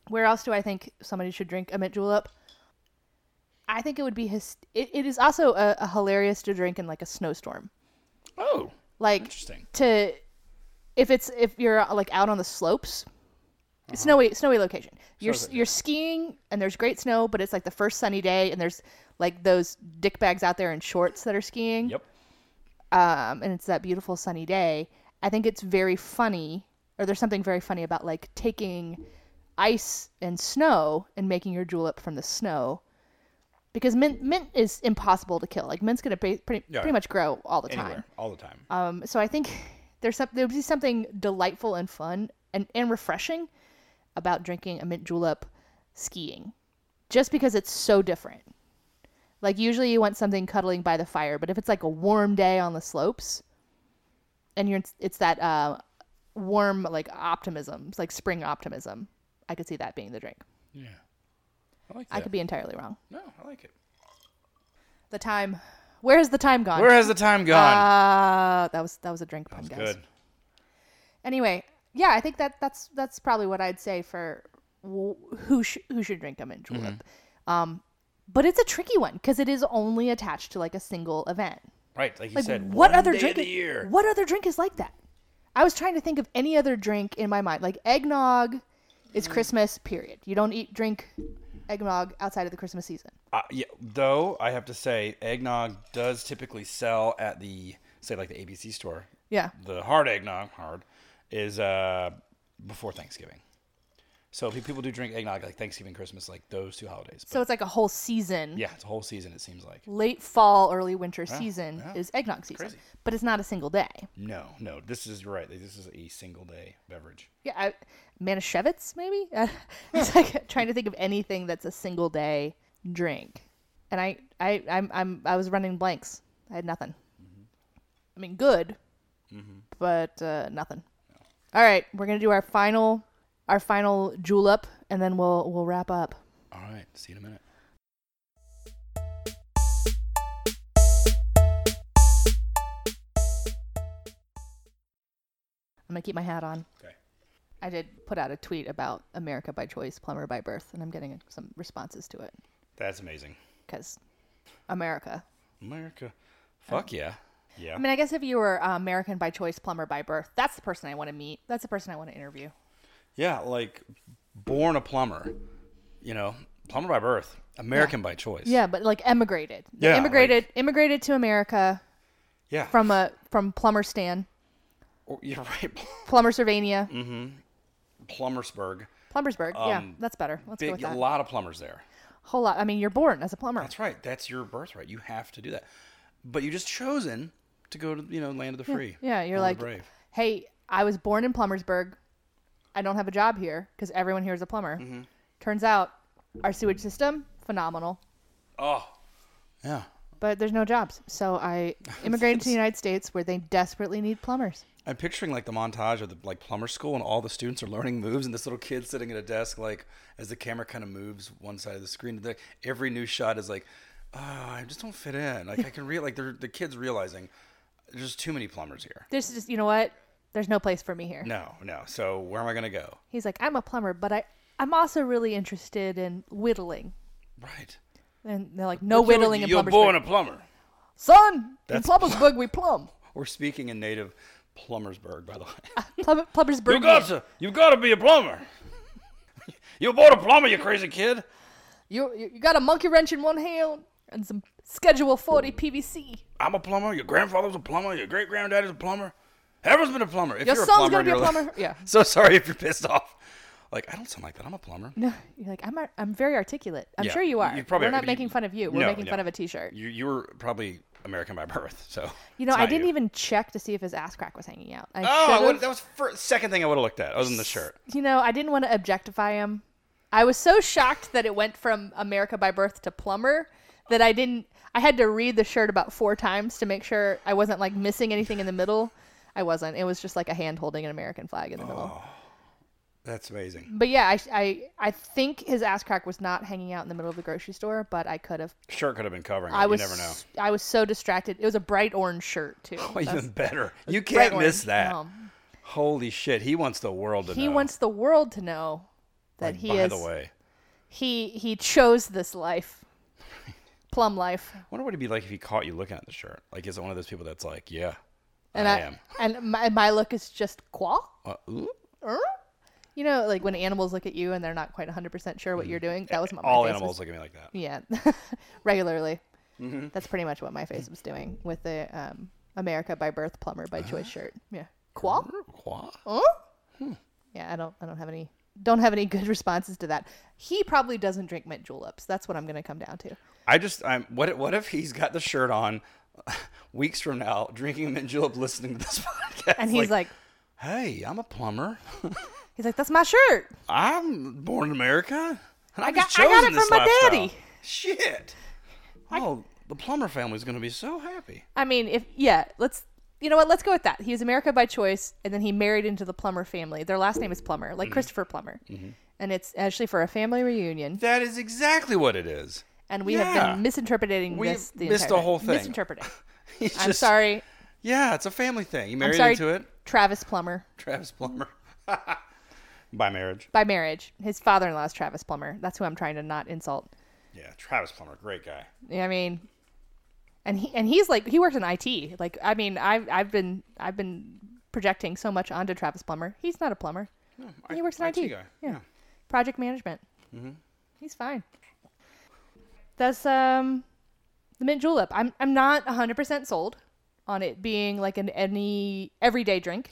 S2: Where else do I think somebody should drink a mint julep? I think it would be his. It, it is also a, a hilarious to drink in like a snowstorm.
S1: oh,
S2: Like
S1: interesting.
S2: to if it's if you're uh, like out on the slopes snowy snowy location you're
S1: Snowy,
S2: you're skiing and there's great snow but it's like the first sunny day and there's like those dick bags out there in shorts that are skiing
S1: Yep.
S2: um and it's that beautiful sunny day i think it's very funny or there's something very funny about like taking ice and snow and making your julep from the snow because mint mint is impossible to kill like mint's gonna ba- pretty,
S1: Yeah.
S2: pretty much grow all the time
S1: Anywhere, all the time.
S2: um, so I think [LAUGHS] there's some, there would be something delightful and fun and, and refreshing about drinking a mint julep skiing, just because it's so different. Like usually you want something cuddling by the fire, but if it's like a warm day on the slopes, and you're it's that uh, warm like optimism, it's like spring optimism. I could see that being the drink.
S1: yeah. I like that.
S2: I could be entirely wrong.
S1: no, I like it.
S2: The time, where has the time gone?
S1: Where has the time gone?
S2: uh, that was that was a drink pun, guys.
S1: Good.
S2: anyway, yeah, I think that that's that's probably what I'd say for w- who sh- who should drink a mint julep. Um,
S1: Mm-hmm.
S2: but it's a tricky one because it is only attached to like a single event.
S1: Right, like you
S2: Like
S1: said.
S2: what
S1: one
S2: other
S1: day
S2: drink?
S1: Of
S2: is-
S1: the year.
S2: What other drink is like that? I was trying to think of any other drink in my mind. Like eggnog is
S1: Mm-hmm.
S2: Christmas. Period. You don't eat drink eggnog outside of the Christmas season.
S1: Uh, yeah, though I have to say, eggnog does typically sell at the say like the ABC store.
S2: Yeah.
S1: The hard eggnog, hard, is uh, before Thanksgiving. So pe- people do drink eggnog like Thanksgiving, Christmas, like those two holidays. But
S2: So it's like a whole season.
S1: yeah, it's a whole season. It seems like
S2: Late fall, early winter season
S1: yeah.
S2: is eggnog season,
S1: Crazy.
S2: but it's not a single day.
S1: no, no. This is you're right. This is a single day beverage.
S2: Yeah, I, Manischewitz, maybe. [LAUGHS] it's like [LAUGHS] trying to think of anything that's a single day drink, and I, I, I'm, I'm, I was running blanks. I had nothing. I mean, good,
S1: Mm-hmm.
S2: but uh, nothing. All right, we're gonna do our final, our final julep, and then we'll we'll wrap up.
S1: All right. See you in a minute.
S2: I'm gonna keep my hat on.
S1: Okay.
S2: I did put out a tweet about America by choice, plumber by birth, and I'm getting some responses to it
S1: That's amazing.
S2: because America.
S1: America. Fuck yeah. Yeah.
S2: I mean, I guess if you were uh, American by choice, plumber by birth, that's the person I want to meet. That's the person I want to interview.
S1: Yeah, like born a plumber, you know, plumber by birth, American by choice.
S2: Yeah, but like emigrated. They
S1: Yeah,
S2: immigrated, immigrated to America
S1: Yeah.
S2: from a from plumber Stan,
S1: Or- you're [LAUGHS] right.
S2: plumber Sylvania,
S1: Plumbersburg.
S2: Plumbersburg. yeah, that's better. Let's go with
S1: Big, a
S2: that.
S1: lot of plumbers there.
S2: Whole lot. I mean, you're born as a plumber.
S1: That's right. That's your birthright. You have to do that. But you just chosen to go to, you know, land of the free.
S2: yeah, you're
S1: land of
S2: like,
S1: the brave.
S2: hey, I was born in Plumbersburg. I don't have a job here because everyone here is a plumber. Turns out our sewage system phenomenal,
S1: Oh. Yeah.
S2: but there's no jobs. So [LAUGHS] I immigrated to the United States where they desperately need plumbers.
S1: I'm picturing like the montage of the like plumber school and all the students are learning moves and this little kid sitting at a desk like as the camera kind of moves one side of the screen the, every new shot is like oh, I just don't fit in like I can real like they're, the kids realizing there's too many plumbers here
S2: This is just, you know what? There's no place for me here.
S1: no no so where am I gonna go
S2: He's like, I'm a plumber, but I, I'm also really interested in whittling.
S1: right
S2: And they're like, no whittling
S1: you're,
S2: in
S1: you're
S2: plumber's
S1: born
S2: book.
S1: a plumber
S2: Son,
S1: That's-
S2: in plumber's book
S1: [LAUGHS]
S2: we plumb. [LAUGHS]
S1: we're speaking in native plumbersburg by the way
S2: Plum, plumber's book.
S1: you got to you got to be a plumber [LAUGHS] you're born a plumber you crazy kid
S2: You, you, you got a monkey wrench in one hand and some Schedule 40 PVC.
S1: I'm a plumber. Your grandfather's a plumber. Your great granddaddy's a plumber. Everyone's been a plumber. If
S2: Your
S1: you're
S2: son's
S1: a plumber,
S2: gonna be
S1: you're
S2: a
S1: like-
S2: plumber. Yeah.
S1: [LAUGHS] So sorry if you're pissed off. Like I don't sound like that. I'm a plumber.
S2: No, [LAUGHS] you're like, I'm, a, I'm very articulate. I'm
S1: Yeah,
S2: sure you are.
S1: you probably
S2: We're
S1: are,
S2: not
S1: but you-
S2: making fun of you. We're
S1: No,
S2: making
S1: no.
S2: fun of a t-shirt.
S1: You you were probably American by birth. So
S2: [LAUGHS] You know,
S1: it's
S2: I
S1: not
S2: didn't
S1: you.
S2: even check to see if his ass crack was hanging out. I
S1: Oh, I
S2: should've.
S1: would've- that was first, second thing I would have looked at. I was in the shirt.
S2: you know, I didn't want to objectify him. I was so shocked that it went from America by birth to plumber that I didn't. I had to read the shirt about four times to make sure I wasn't like missing anything in the middle. I wasn't. It was just like a hand holding an American flag in the middle.
S1: That's amazing.
S2: But yeah, I, I I think his ass crack was not hanging out in the middle of the grocery store, but I could have.
S1: Shirt could have been covering it.
S2: I was
S1: you never know.
S2: I was so distracted. It was a bright orange shirt too.
S1: [LAUGHS] Oh, [LAUGHS] even better. You
S2: Bright
S1: can't miss
S2: orange.
S1: that.
S2: Um,
S1: Holy shit. He wants the world to know.
S2: he wants the world to know that
S1: Like,
S2: he
S1: by
S2: is
S1: the way.
S2: he he chose this life, plum life.
S1: I wonder what it'd be like if he caught you looking at the shirt. Like, is it one of those people that's like, yeah,
S2: And
S1: I, am.
S2: and my my look is just qual.
S1: Uh, ooh.
S2: You know, like when animals look at you and they're not quite 100% sure what you're doing. That was what my
S1: Mm-hmm. All
S2: face
S1: animals Mm-hmm.
S2: Was,
S1: look at me like that.
S2: yeah, [LAUGHS] regularly. That's pretty much what my face was doing with the um, America by Birth Plumber by Choice
S1: Uh-huh.
S2: shirt. Yeah. Qual?
S1: Qua? Hmm.
S2: Yeah, I don't I don't have any don't have any [LAUGHS] good responses to that. He probably doesn't drink mint juleps. That's what I'm going to come down to.
S1: I just, I'm. What? if- What if he's got the shirt on [LAUGHS] weeks from now, drinking a mint julep, listening to this [LAUGHS] podcast,
S2: And he's like,
S1: "Hey, I'm a plumber.
S2: he's like that's my shirt.
S1: I'm born in America. And I,
S2: got-
S1: just
S2: I got
S1: chosen
S2: it
S1: this
S2: from my
S1: lifestyle."
S2: daddy.
S1: Shit. Oh, the plumber family's gonna be so happy.
S2: I mean, if yeah, let's you know what? Let's go with that. He was America by choice, and then he married into the Plummer family. Their last name is Plummer,
S1: Mm-hmm.
S2: like Christopher Plummer, and it's actually for a family reunion.
S1: That is exactly what it is. [LAUGHS]
S2: And we
S1: Yeah.
S2: have been misinterpreting
S1: We
S2: this. The
S1: missed
S2: entire
S1: the whole
S2: time.
S1: thing. [LAUGHS]
S2: Misinterpreting.
S1: He's
S2: I'm
S1: just-
S2: sorry.
S1: Yeah, it's a family thing. You
S2: I'm
S1: married
S2: sorry.
S1: into it,
S2: Travis Plummer
S1: Travis Plumber, [LAUGHS] by marriage.
S2: by marriage. His father-in-law is Travis Plummer. That's who I'm trying to not insult.
S1: Yeah, Travis Plummer, great guy.
S2: I mean, and he and he's like he works in IT. Like I mean, I've I've been I've been projecting so much onto Travis Plummer. He's not a plumber. he works in IT.
S1: Hmm, guy.
S2: Yeah. Project management. He's fine. That's um the mint julep. I'm I'm not 100% sold on it being like an any everyday drink.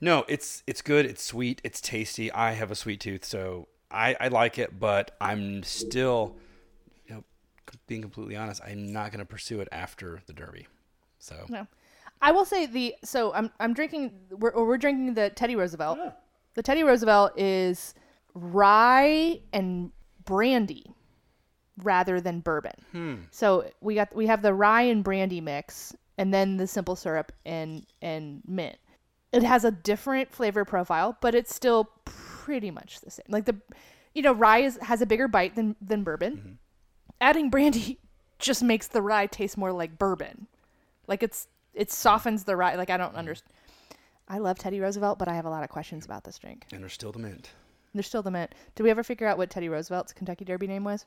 S1: No, it's it's good. It's sweet. It's tasty. I have a sweet tooth, so I I like it. But I'm still, you know, c- being completely honest, I'm not going to pursue it after the Derby. So
S2: No. I will say the so I'm I'm drinking we're or we're drinking the Teddy Roosevelt. The Teddy Roosevelt is rye and brandy rather than bourbon. So we got we have the rye and brandy mix and then the simple syrup and and mint. It has a different flavor profile, but it's still pretty much the same. Like the you know, rye is, has a bigger bite than than bourbon. Adding brandy [LAUGHS] just makes the rye taste more like bourbon. Like it's it softens the rye. Like I don't understand. Mm. I love Teddy Roosevelt, but I have a lot of questions about this drink.
S1: and there's still the mint.
S2: There's still the mint. Did we ever figure out what Teddy Roosevelt's Kentucky Derby name was?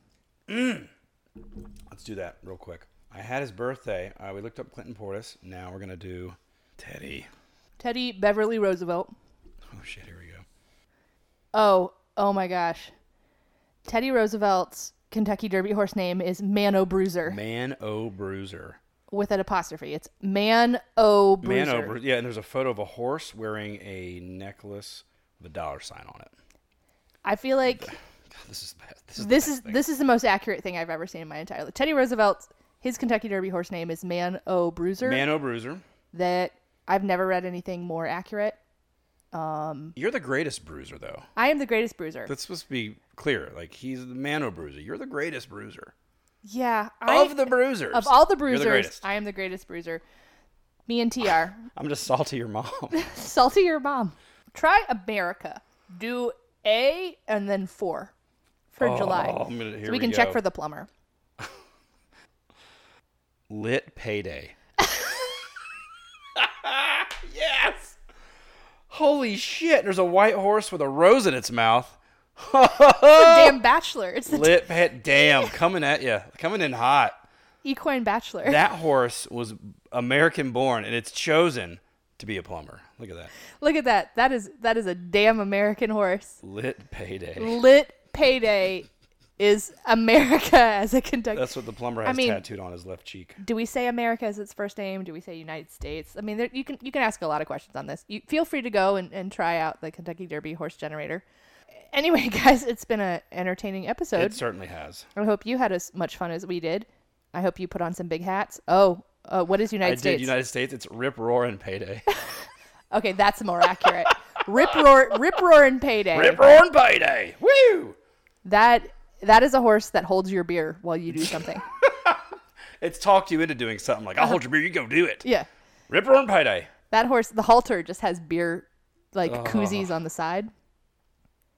S1: Let's do that real quick. I had his birthday. Uh, we looked up Clinton Portis. Now we're gonna do Teddy.
S2: Teddy Beverly Roosevelt.
S1: Oh shit! Here we go.
S2: Oh, oh my gosh. Teddy Roosevelt's Kentucky Derby horse name is Man O Bruiser
S1: Man O Bruiser.
S2: with an apostrophe. It's Man O Bruiser.
S1: Man O Bruiser. Yeah, and there's a photo of a horse wearing a necklace with a dollar sign on it.
S2: I feel like
S1: God, this is bad. This is the
S2: this
S1: best
S2: is
S1: thing.
S2: this is the most accurate thing I've ever seen in my entire life. Teddy Roosevelt's his Kentucky Derby horse name is Man O Bruiser.
S1: Man O Bruiser.
S2: that I've never read anything more accurate.
S1: You're the greatest bruiser, though.
S2: I am the greatest bruiser.
S1: That's supposed to be clear. Like he's the man o bruiser. You're the greatest bruiser
S2: yeah, I,
S1: of the bruisers.
S2: of all the
S1: You're
S2: bruisers,
S1: the greatest.
S2: I am the greatest bruiser. Me and TR,
S1: I'm just salty your mom.
S2: [LAUGHS]
S1: [LAUGHS] Oh,
S2: salty your mom. Try America. Do A and then four for July.
S1: Oh, I'm gonna- here
S2: so
S1: we
S2: we can check
S1: go.
S2: for the plumber.
S1: Lit
S2: [LAUGHS]
S1: payday. yes. Holy shit! There's a white horse with a rose in its mouth.
S2: Damn bachelor! It's the
S1: Lit pet. Damn, coming at you, coming in hot.
S2: equine bachelor.
S1: [LAUGHS] That horse was American born, and it's chosen to be a plumber. Look at that.
S2: [LAUGHS] Look at that. That is that is a damn American horse.
S1: Lit payday.
S2: Lit payday is America as a Kentucky.
S1: That's what the plumber has
S2: mean-
S1: tattooed on his left cheek.
S2: do we say America as its first name? Do we say United States? I mean, there, you can you can ask a lot of questions on this. You feel free to go and, and try out the Kentucky Derby horse generator. Anyway, [LAUGHS] guys, it's been an entertaining episode.
S1: It certainly has.
S2: I hope you had as much fun as we did. I hope you put on some big hats. Oh, uh, what is United
S1: I
S2: States?
S1: did United States. It's rip roar and payday. [LAUGHS]
S2: okay, that's more accurate. rip roar, rip roar, and payday.
S1: rip roar and payday. Woo!
S2: That that is a horse that holds your beer while you
S1: [LAUGHS]
S2: do something. [LAUGHS]
S1: It's talked you into doing something. Like I'll hold your beer. You go do it.
S2: yeah.
S1: Rip roar and payday.
S2: That horse, the halter, just has beer like koozies on the side.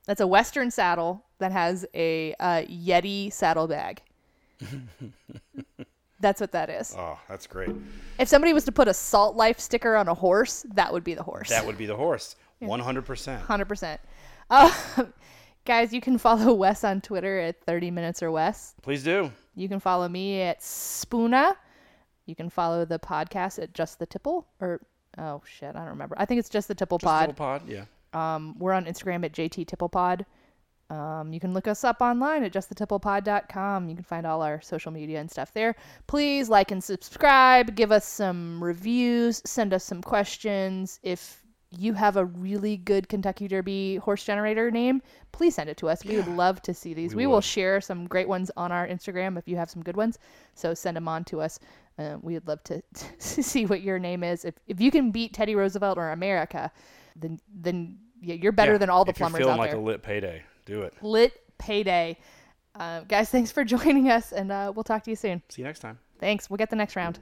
S2: That's a Western saddle that has a uh, Yeti [LAUGHS] saddlebag. That's what that is.
S1: Oh, that's great.
S2: If somebody was to put a salt life sticker on a horse, that would be the horse.
S1: That would be the horse. One hundred percent.
S2: Hundred percent. Uh, [LAUGHS] guys, you can follow [LAUGHS] Wes on Twitter at thirty minutes or Wes.
S1: Please do.
S2: You can follow me at Spoona. You can follow the podcast at Just the Tipple or oh shit, I don't remember. I think it's Just the Tipple Pod.
S1: Little pod. Yeah.
S2: Um, we're on Instagram at JT Tipplepod. Um, you can look us up online at justthetipplepod.com. You can find all our social media and stuff there. Please like and subscribe. Give us some reviews. Send us some questions. If you have a really good Kentucky Derby horse generator name, please send it to us. We would love to see these. We, will
S1: would.
S2: share some great ones on our Instagram if you have some good ones. So send them on to us. Uh, we would love to [LAUGHS] see what your name is. If, if you can beat Teddy Roosevelt or America, then then yeah, you're better
S1: Yeah.
S2: than all the
S1: if
S2: plumbers
S1: you're feeling
S2: out
S1: like
S2: there
S1: a lit payday, do it.
S2: lit payday. [LAUGHS] Uh, guys, thanks for joining us, and uh, we'll talk to you soon.
S1: See you next time.
S2: Thanks. We'll get the next round.